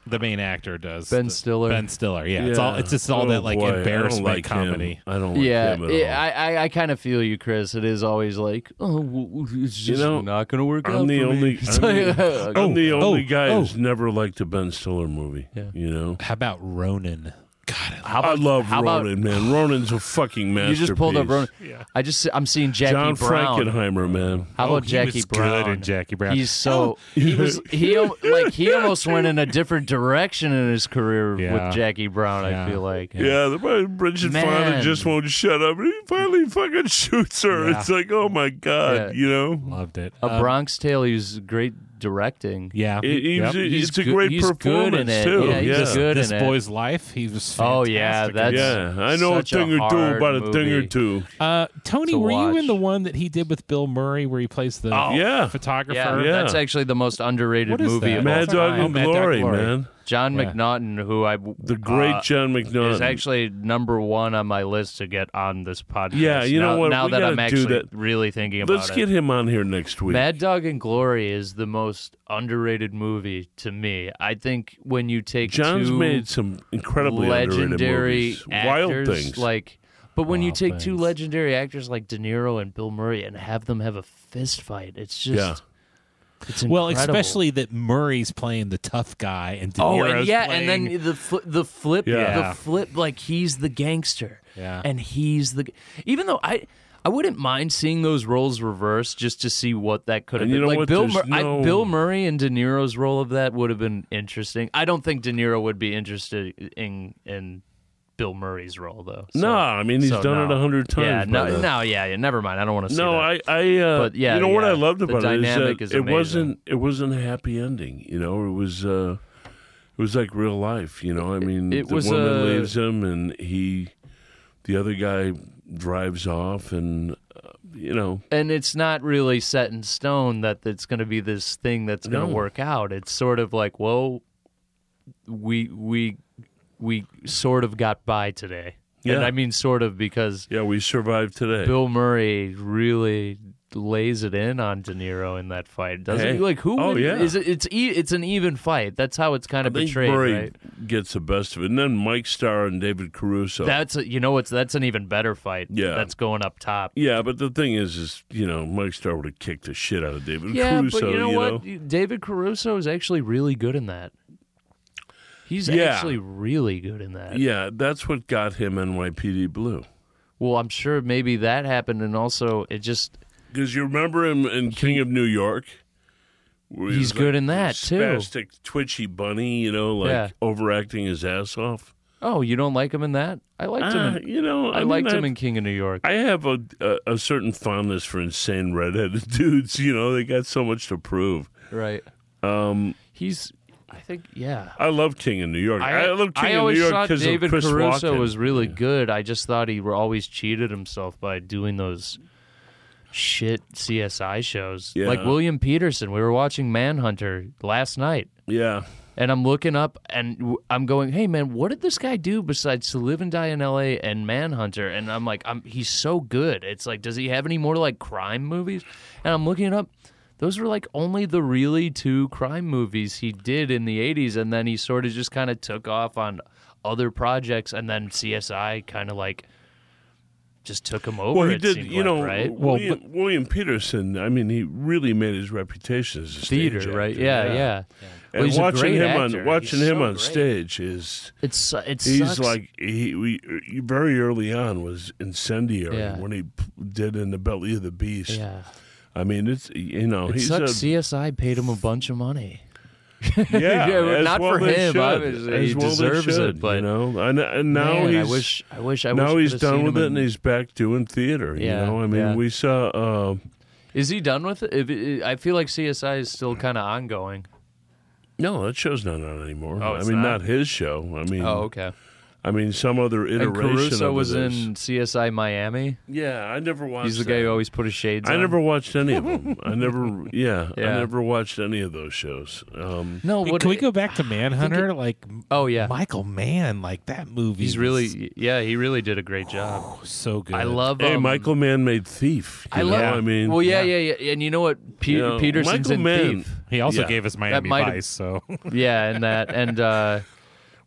S3: the main actor does.
S2: Ben
S3: The-
S2: Stiller.
S3: Ben Stiller. Yeah, it's all. It's just all
S1: Oh,
S3: that like
S1: boy, I don't
S3: embarrassment
S1: like him.
S3: comedy.
S1: I don't like
S2: Yeah,
S1: him at
S2: it-
S1: all.
S2: I I, I kind of feel you, Chris. It is always like, oh, w- w- it's just
S1: You know,
S2: not going to work
S1: I'm
S2: out.
S1: the
S2: for me."
S1: only-
S2: It's
S1: I'm
S2: like,
S1: I'm
S3: Oh,
S1: the only
S3: oh,
S1: guy
S3: oh.
S1: who's never liked a Ben Stiller movie.
S2: Yeah.
S1: You know,
S3: How about Ronan? God, I-
S2: how
S1: I
S2: about-
S1: love
S2: how about-
S1: Ronan, man. Ronan's a fucking masterpiece.
S2: You just pulled up Ronan. I just I'm seeing Jackie
S1: John
S2: Brown.
S1: Frankenheimer, man.
S2: How
S3: oh,
S2: about
S3: he
S2: Jackie
S3: was
S2: Brown?
S3: Good in Jackie Brown.
S2: He's so he was he al- like he almost went in a different direction in his career
S3: Yeah.
S2: with Jackie Brown.
S3: Yeah.
S2: I feel like
S1: Yeah, the my Bridget Fonda
S2: Man.
S1: just won't shut up. And he finally fucking shoots her.
S3: Yeah.
S1: It's like, oh my god,
S2: Yeah.
S1: you know.
S3: loved it.
S2: a
S3: Um,
S2: Bronx Tale. He's great directing.
S3: Yeah,
S1: It- he's-
S3: Yep.
S1: it's
S2: He's
S1: a
S2: good-
S1: great
S2: he's good in
S1: performance
S2: it.
S1: too.
S2: Yeah, he's
S3: this,
S2: good.
S3: this
S2: in it.
S3: boy's life. He was.
S2: Oh, yeah,
S3: fantastic in
S2: that's-
S3: it.
S1: Yeah, I know
S2: Such
S1: a
S2: a
S1: thing or two
S2: hard
S1: about a thing or
S2: movie.
S1: two.
S3: Uh, Tony,
S2: to
S3: were you in
S2: watch.
S3: the one that he did with Bill Murray, where he plays the
S1: Oh, yeah.
S3: photographer?
S2: Yeah,
S1: Yeah.
S2: that's actually the most underrated
S3: What is
S2: movie of
S3: that?
S2: all
S1: Mad Dog
S2: time.
S3: Oh,
S1: and
S3: Mad Dog
S1: Glory,
S3: Glory.
S1: man.
S2: John
S3: Yeah.
S2: McNaughton, who I w-
S1: The great
S2: uh,
S1: John McNaughton.
S2: is actually number one on my list to get on this podcast.
S1: Yeah, you know
S2: now,
S1: what?
S2: Now
S1: We
S2: that
S1: gotta
S2: I'm
S1: do
S2: actually
S1: that.
S2: really thinking about
S1: Let's
S2: it,
S1: get him on here next week.
S2: Mad Dog and Glory is the most underrated movie to me. I think when you take
S1: John's
S2: two
S1: made some incredibly
S2: legendary
S1: underrated movies.
S2: actors,
S1: Wild things.
S2: like, but when you
S3: Wild
S2: take two
S3: Things.
S2: legendary actors like De Niro and Bill Murray and have them have a fist fight, it's just,
S1: Yeah.
S2: it's incredible.
S3: Well, especially that Murray's playing the tough guy and De
S2: Oh,
S3: Niro's
S2: and yeah,
S3: playing-
S2: and then the fl- the flip,
S1: Yeah.
S2: the flip, like he's the gangster,
S3: Yeah.
S2: and he's the. Even though I, I wouldn't mind seeing those roles reversed just to see what that could have
S1: And you
S2: been.
S1: know
S2: like
S1: what?
S2: Bill,
S1: There's
S2: I-
S1: no-
S2: Bill Murray and De Niro's role of that would have been interesting. I don't think De Niro would be interested in in Bill Murray's role, though. So-
S1: no, I mean he's
S2: so
S1: done it
S2: no.
S1: a hundred times.
S2: Yeah,
S1: by
S2: no,
S1: now.
S2: no, yeah, yeah. Never mind. I don't want to.
S1: No,
S2: that.
S1: I, I, uh,
S2: But, yeah,
S1: you know what
S2: yeah,
S1: I loved
S2: the
S1: about it is
S2: dynamic
S1: that
S2: is
S1: it
S2: amazing.
S1: wasn't it wasn't a happy ending. You know, it was uh, it was like real life. You know, I mean,
S2: it
S1: the
S2: was,
S1: woman
S2: uh,
S1: leaves him, and he, the other guy, drives off, and uh, you know,
S2: and it's not really set in stone that it's going to be this thing that's going to
S1: No.
S2: work out. It's sort of like, well, we we we sort of got by today, and
S1: Yeah.
S2: I mean sort of because
S1: yeah, we survived today.
S2: Bill Murray really lays it in on De Niro in that fight, doesn't
S1: Hey.
S2: he? Like who?
S1: Oh,
S2: would-
S1: yeah.
S2: is it, it's e- it's an even fight. That's how it's kind
S1: I
S2: of
S1: think
S2: betrayed,
S1: Murray
S2: right?
S1: gets the best of it, and then Mike Starr and David Caruso.
S2: That's a, you know what's that's an even better fight.
S1: Yeah.
S2: that's going up top.
S1: yeah, but the thing is, is you know, Mike Starr would have kicked the shit out of David
S2: Yeah,
S1: Caruso.
S2: but you know what? David Caruso is actually really good in that. He's
S1: Yeah.
S2: actually really good in that.
S1: Yeah, that's what got him NYPD Blue.
S2: Well, I'm sure maybe that happened, and also it just
S1: Because you remember him in King of New York. where he was
S2: He's
S1: like
S2: good in that,
S1: a
S2: too.
S1: Spastic, twitchy bunny, you know, like
S2: Yeah.
S1: overacting his ass off.
S2: oh, you don't like him in that? I liked
S1: Ah,
S2: him. In,
S1: you know,
S2: I,
S1: mean,
S2: liked
S1: I,
S2: him in King of New York.
S1: I have a, a a certain fondness for insane redheaded dudes. You know, they got so much to prove.
S2: right.
S1: Um,
S2: He's. I think. Yeah.
S1: I love King of New York. I, love King
S2: I
S1: of New
S2: always
S1: York
S2: thought
S1: because of
S2: David
S1: Chris
S2: Caruso
S1: Walken.
S2: was really good. I just thought he were- always cheated himself by doing those shit CSI shows.
S1: Yeah.
S2: Like William Peterson. We were watching Manhunter last night.
S1: yeah,
S2: and I'm looking up and w- I'm going, hey man, what did this guy do besides to live and die in L.A. and Manhunter? And I'm like, I'm, he's so good. It's like, does he have any more like crime movies? And I'm looking it up. Those were like only the really two crime movies he did in the 80s, and then he sort of just kind of took off on other projects, and then CSI kind of like just took him over.
S1: Well, he
S2: it
S1: did.
S2: seemed
S1: You
S2: like,
S1: know,
S2: right?
S3: Well,
S1: William, William Peterson. I mean, he really made his reputation as a stage
S2: Theater, right?
S1: actor.
S2: Yeah, yeah.
S3: yeah.
S2: Well,
S1: And
S2: he's a
S1: watching
S2: great
S1: him
S2: actor.
S1: on watching
S2: He's
S1: him
S2: so
S1: on
S2: great.
S1: stage is
S2: It's uh, it's
S1: he's like he we very early on was incendiary
S2: Yeah.
S1: when he p- did in the belly of the beast.
S2: yeah.
S1: I mean, it's you know
S2: It
S1: he's
S2: sucks.
S1: a
S2: CSI paid him a bunch of money.
S1: yeah,
S2: Yeah,
S1: as
S2: not
S1: well
S2: for
S1: they
S2: him,
S1: should,
S2: obviously.
S1: as
S2: He
S1: well they
S2: deserves it,
S1: should,
S2: but-
S1: you know, and, uh, and now
S2: Man,
S1: he's
S2: I wish, I wish, I
S1: now
S2: wish
S1: he's done with it, and he's back doing theater.
S2: Yeah,
S1: you know, I mean,
S2: yeah.
S1: we saw uh,
S2: is he done with it? If it- I feel like CSI is still kind of ongoing.
S1: no, that show's not on anymore.
S2: Oh,
S1: I
S2: it's
S1: mean,
S2: not?
S1: not? his show. I mean,
S2: Oh, okay.
S1: I mean, some other
S2: And
S1: iteration.
S2: Caruso
S1: of
S2: was
S1: this.
S2: in CSI Miami.
S1: Yeah, I never watched.
S2: He's the
S1: that.
S2: guy who always put his shades.
S1: I
S2: on.
S1: never watched any of them. I never, yeah,
S2: Yeah.
S1: I never watched any of those shows. Um,
S2: No,
S3: Wait,
S2: what?
S3: can we go back to Manhunter? like
S2: Oh yeah,
S3: Michael Mann, like that movie.
S2: he's
S3: was
S2: really. Yeah, he really did a great job.
S3: so good.
S2: I love.
S1: hey,
S2: um,
S1: Michael Mann made Thief. You
S2: I
S1: know?
S2: love.
S1: I mean,
S2: well, yeah, yeah, yeah, And you know what? Pe-
S1: you know,
S2: Peterson's
S1: Michael
S2: in
S1: Mann.
S2: Thief.
S3: He also
S1: Yeah.
S3: gave us Miami
S2: might have-
S3: Vice, so
S2: yeah, and that and uh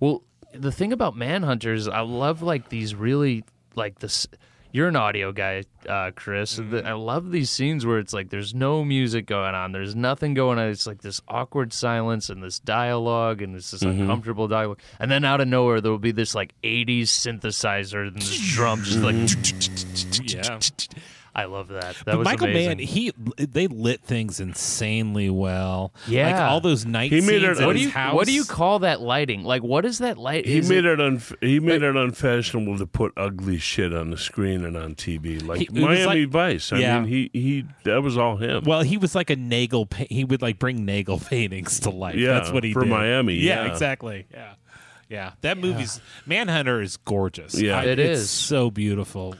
S2: well, the thing about Manhunters, I love like these really like this. You're an audio guy, uh, Chris. and
S3: Mm-hmm.
S2: the- I love these scenes where it's like there's no music going on, there's nothing going on. It's like this awkward silence and this dialogue and it's this
S3: Mm-hmm.
S2: uncomfortable dialogue. And then out of nowhere, there will be this like '80s synthesizer and this drum just like.
S3: yeah.
S2: I love that. That
S3: Mm-hmm. But
S2: was
S3: Michael
S2: amazing.
S3: Mann, he they lit things insanely well. like
S2: Yeah.
S3: all those night
S1: He
S3: scenes
S1: made it-
S3: at
S1: what
S2: what do
S3: his
S2: you
S3: house.
S2: what do you call that lighting? Like, what is that light?
S1: He
S2: is
S1: made it, unf- he made it unfashionable to put ugly shit on the screen and on TV, like
S3: He- it was
S1: Miami
S3: like-
S1: Vice. I
S3: yeah.
S1: mean, he he that was all him.
S3: Well, he was like a Nagel. Pa- he would like bring Nagel paintings to life.
S1: Yeah,
S3: that's what he
S1: for
S3: did.
S1: Miami,
S3: Yeah,
S1: yeah.
S3: exactly. Yeah, yeah. That movie's Manhunter is gorgeous.
S1: Yeah.
S2: It
S3: it's
S2: is.
S3: so beautiful.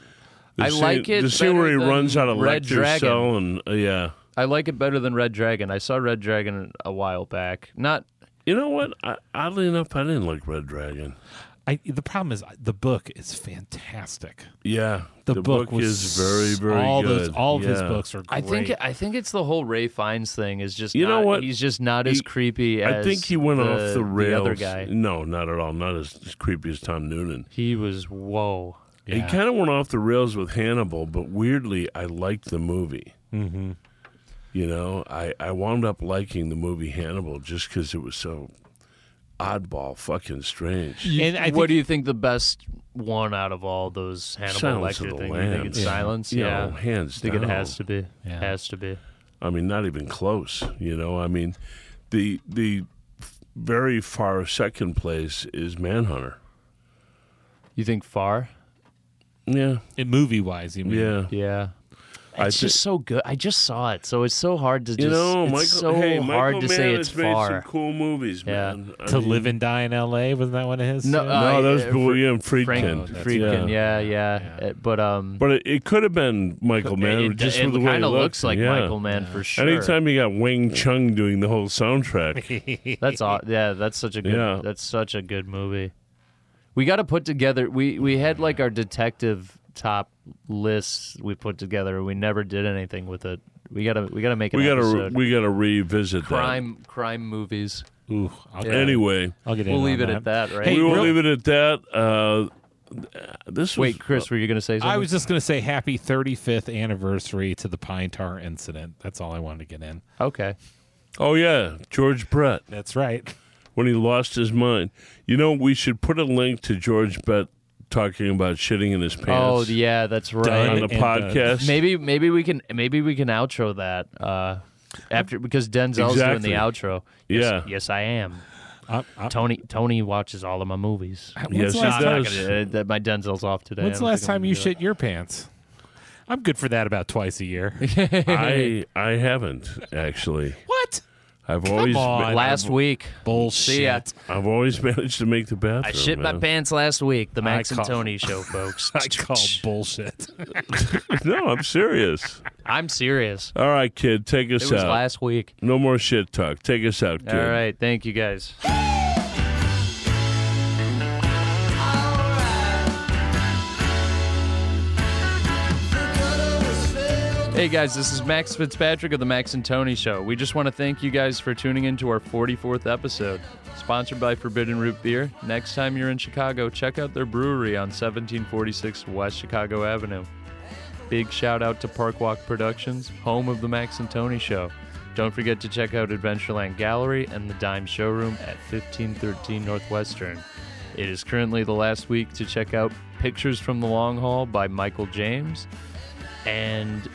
S1: The
S2: I
S1: scene-
S2: like it
S1: The scene where he
S2: better than
S1: runs out of
S2: Red
S1: lecture
S2: Dragon.
S1: cell and uh, yeah,
S2: I like it better than Red Dragon. I saw Red Dragon a while back. Not
S1: you know what? I, oddly enough, I didn't like Red Dragon.
S3: I, the problem is the book is fantastic.
S1: Yeah,
S3: The,
S1: book,
S3: was
S1: is very very
S3: all
S1: good.
S3: those all of his
S1: Yeah.
S3: books are. Great.
S2: I think I think it's the whole Ray Fiennes thing is just
S1: You know
S2: not-
S1: what?
S2: he's just not as
S1: He-
S2: creepy
S1: I
S2: as
S1: think he went off the rails.
S2: other guy.
S1: No, not at all. Not as, as creepy as Tom Noonan.
S2: He was whoa.
S1: He
S3: Yeah.
S1: kind of went off the rails with Hannibal, but weirdly, I liked the movie. Mm-hmm. You know, I, I wound up liking the movie Hannibal just because it was so oddball, fucking strange.
S3: And I think,
S2: what do you think the best one out of all those Hannibal
S1: Silence of
S2: Lecter
S1: the
S2: things? You think
S1: Lambs.
S2: it's Silence?
S1: You
S2: Yeah.
S1: know, hands
S2: I think
S1: down.
S2: it has to be.
S3: Yeah.
S2: Has to be.
S1: I mean, not even close. You know, I mean, the the very far second place is Manhunter.
S2: You think far?
S1: Yeah,
S3: In movie wise, you mean?
S1: yeah.
S2: Yeah. It's
S1: I thi-
S2: just so good. I just saw it, so it's so hard to just.
S1: you know,
S2: it's
S1: Michael.
S2: so
S1: hey, Michael
S2: hard to
S1: Mann
S2: say it's
S1: has made some
S2: far.
S1: cool movies,
S2: Yeah.
S1: man. I
S3: To
S1: mean-
S3: live and die in L.A. Wasn't that one of his?
S2: No,
S3: too?
S2: uh,
S1: No, that was
S2: I-
S1: William
S2: Frank
S1: Friedkin.
S2: Friedkin, yeah, yeah. Uh, But um,
S1: But it, it could have been Michael Mann,
S2: it,
S1: just
S2: it
S1: with the way it
S2: kind of looks like
S1: yeah.
S2: Michael Mann for sure.
S1: Anytime you got Wing Chung doing the whole soundtrack,
S2: That's aw- yeah. That's such a good.
S1: Yeah.
S2: That's such a good movie. We got to put together. We we had like our detective top lists we put together. We never did anything with it. We gotta we gotta make an
S1: we gotta re-
S2: episode.
S1: we gotta revisit
S2: crime crime movies.
S3: Ooh, I'll,
S1: that. Anyway,
S3: I'll get in
S2: We'll
S3: on
S2: leave it at that, right?
S3: Hey,
S1: we will
S3: real-
S1: leave it at that. Uh, this was,
S2: Wait, Chris, were you gonna say something?
S3: I was just gonna say happy 35th anniversary to the Pine Tar incident. That's all I wanted to get in.
S2: okay.
S1: Oh yeah, George Brett
S3: That's right.
S1: when he lost his mind. You know, we should put a link to George Brett talking about shitting in his
S2: Oh
S1: pants
S2: yeah, that's right.
S1: on the
S3: And the-
S1: podcast.
S2: Maybe maybe we can maybe we can outro that uh, after because Denzel's doing
S1: Exactly.
S2: the outro. Yes,
S1: Yeah.
S2: yes, I am.
S3: I, I,
S2: Tony Tony watches all of my movies.
S1: Yes,
S3: Uh, when's the
S1: he
S3: last,
S2: I'm not
S1: does.
S2: gonna- uh, that my Denzel's off today. I
S3: when's the
S2: don't
S3: last
S2: think I'm
S3: time you
S2: gonna do
S3: shit your pants? I'm good for that about twice a year.
S1: I I haven't actually.
S3: what?
S1: I've always
S3: on.
S1: ma-
S2: that. Last week,
S3: Bullshit.
S2: see ya.
S1: I've always managed to make the bathroom.
S2: I shit my
S1: man.
S2: pants last week. The Max and
S3: call-
S2: Tony show, folks.
S3: I call bullshit.
S1: no, I'm serious.
S2: I'm serious.
S1: All right, kid, take us
S2: It was
S1: out.
S2: last week.
S1: no more shit talk. Take us out, kid.
S2: All right, thank you guys. Hey guys, this is Max Fitzpatrick of the Max and Tony Show. We just want to thank you guys for tuning in to our 44th episode. Sponsored by Forbidden Root Beer, next time you're in Chicago, check out their brewery on 1746 West Chicago Avenue. Big shout out to Parkwalk Productions, home of the Max and Tony Show. Don't forget to check out Adventureland Gallery and the Dime Showroom at 1513 Northwestern. It is currently the last week to check out Pictures from the Long Haul by Michael James and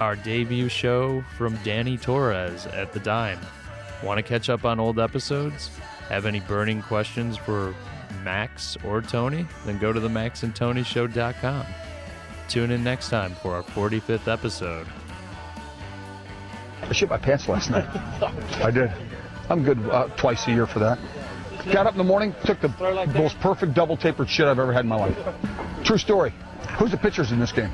S2: our debut show from Danny Torres at the Dime. Want to catch up on old episodes? Have any burning questions for Max or Tony? Then go to the maxandtonyshow.com. Tune in next time for our 45th episode.
S4: I shit my pants last night. I did. I'm good uh, twice a year for that. Got up in the morning, took the most perfect double tapered shit I've ever had in my life. True story. Who's the pitchers in this game?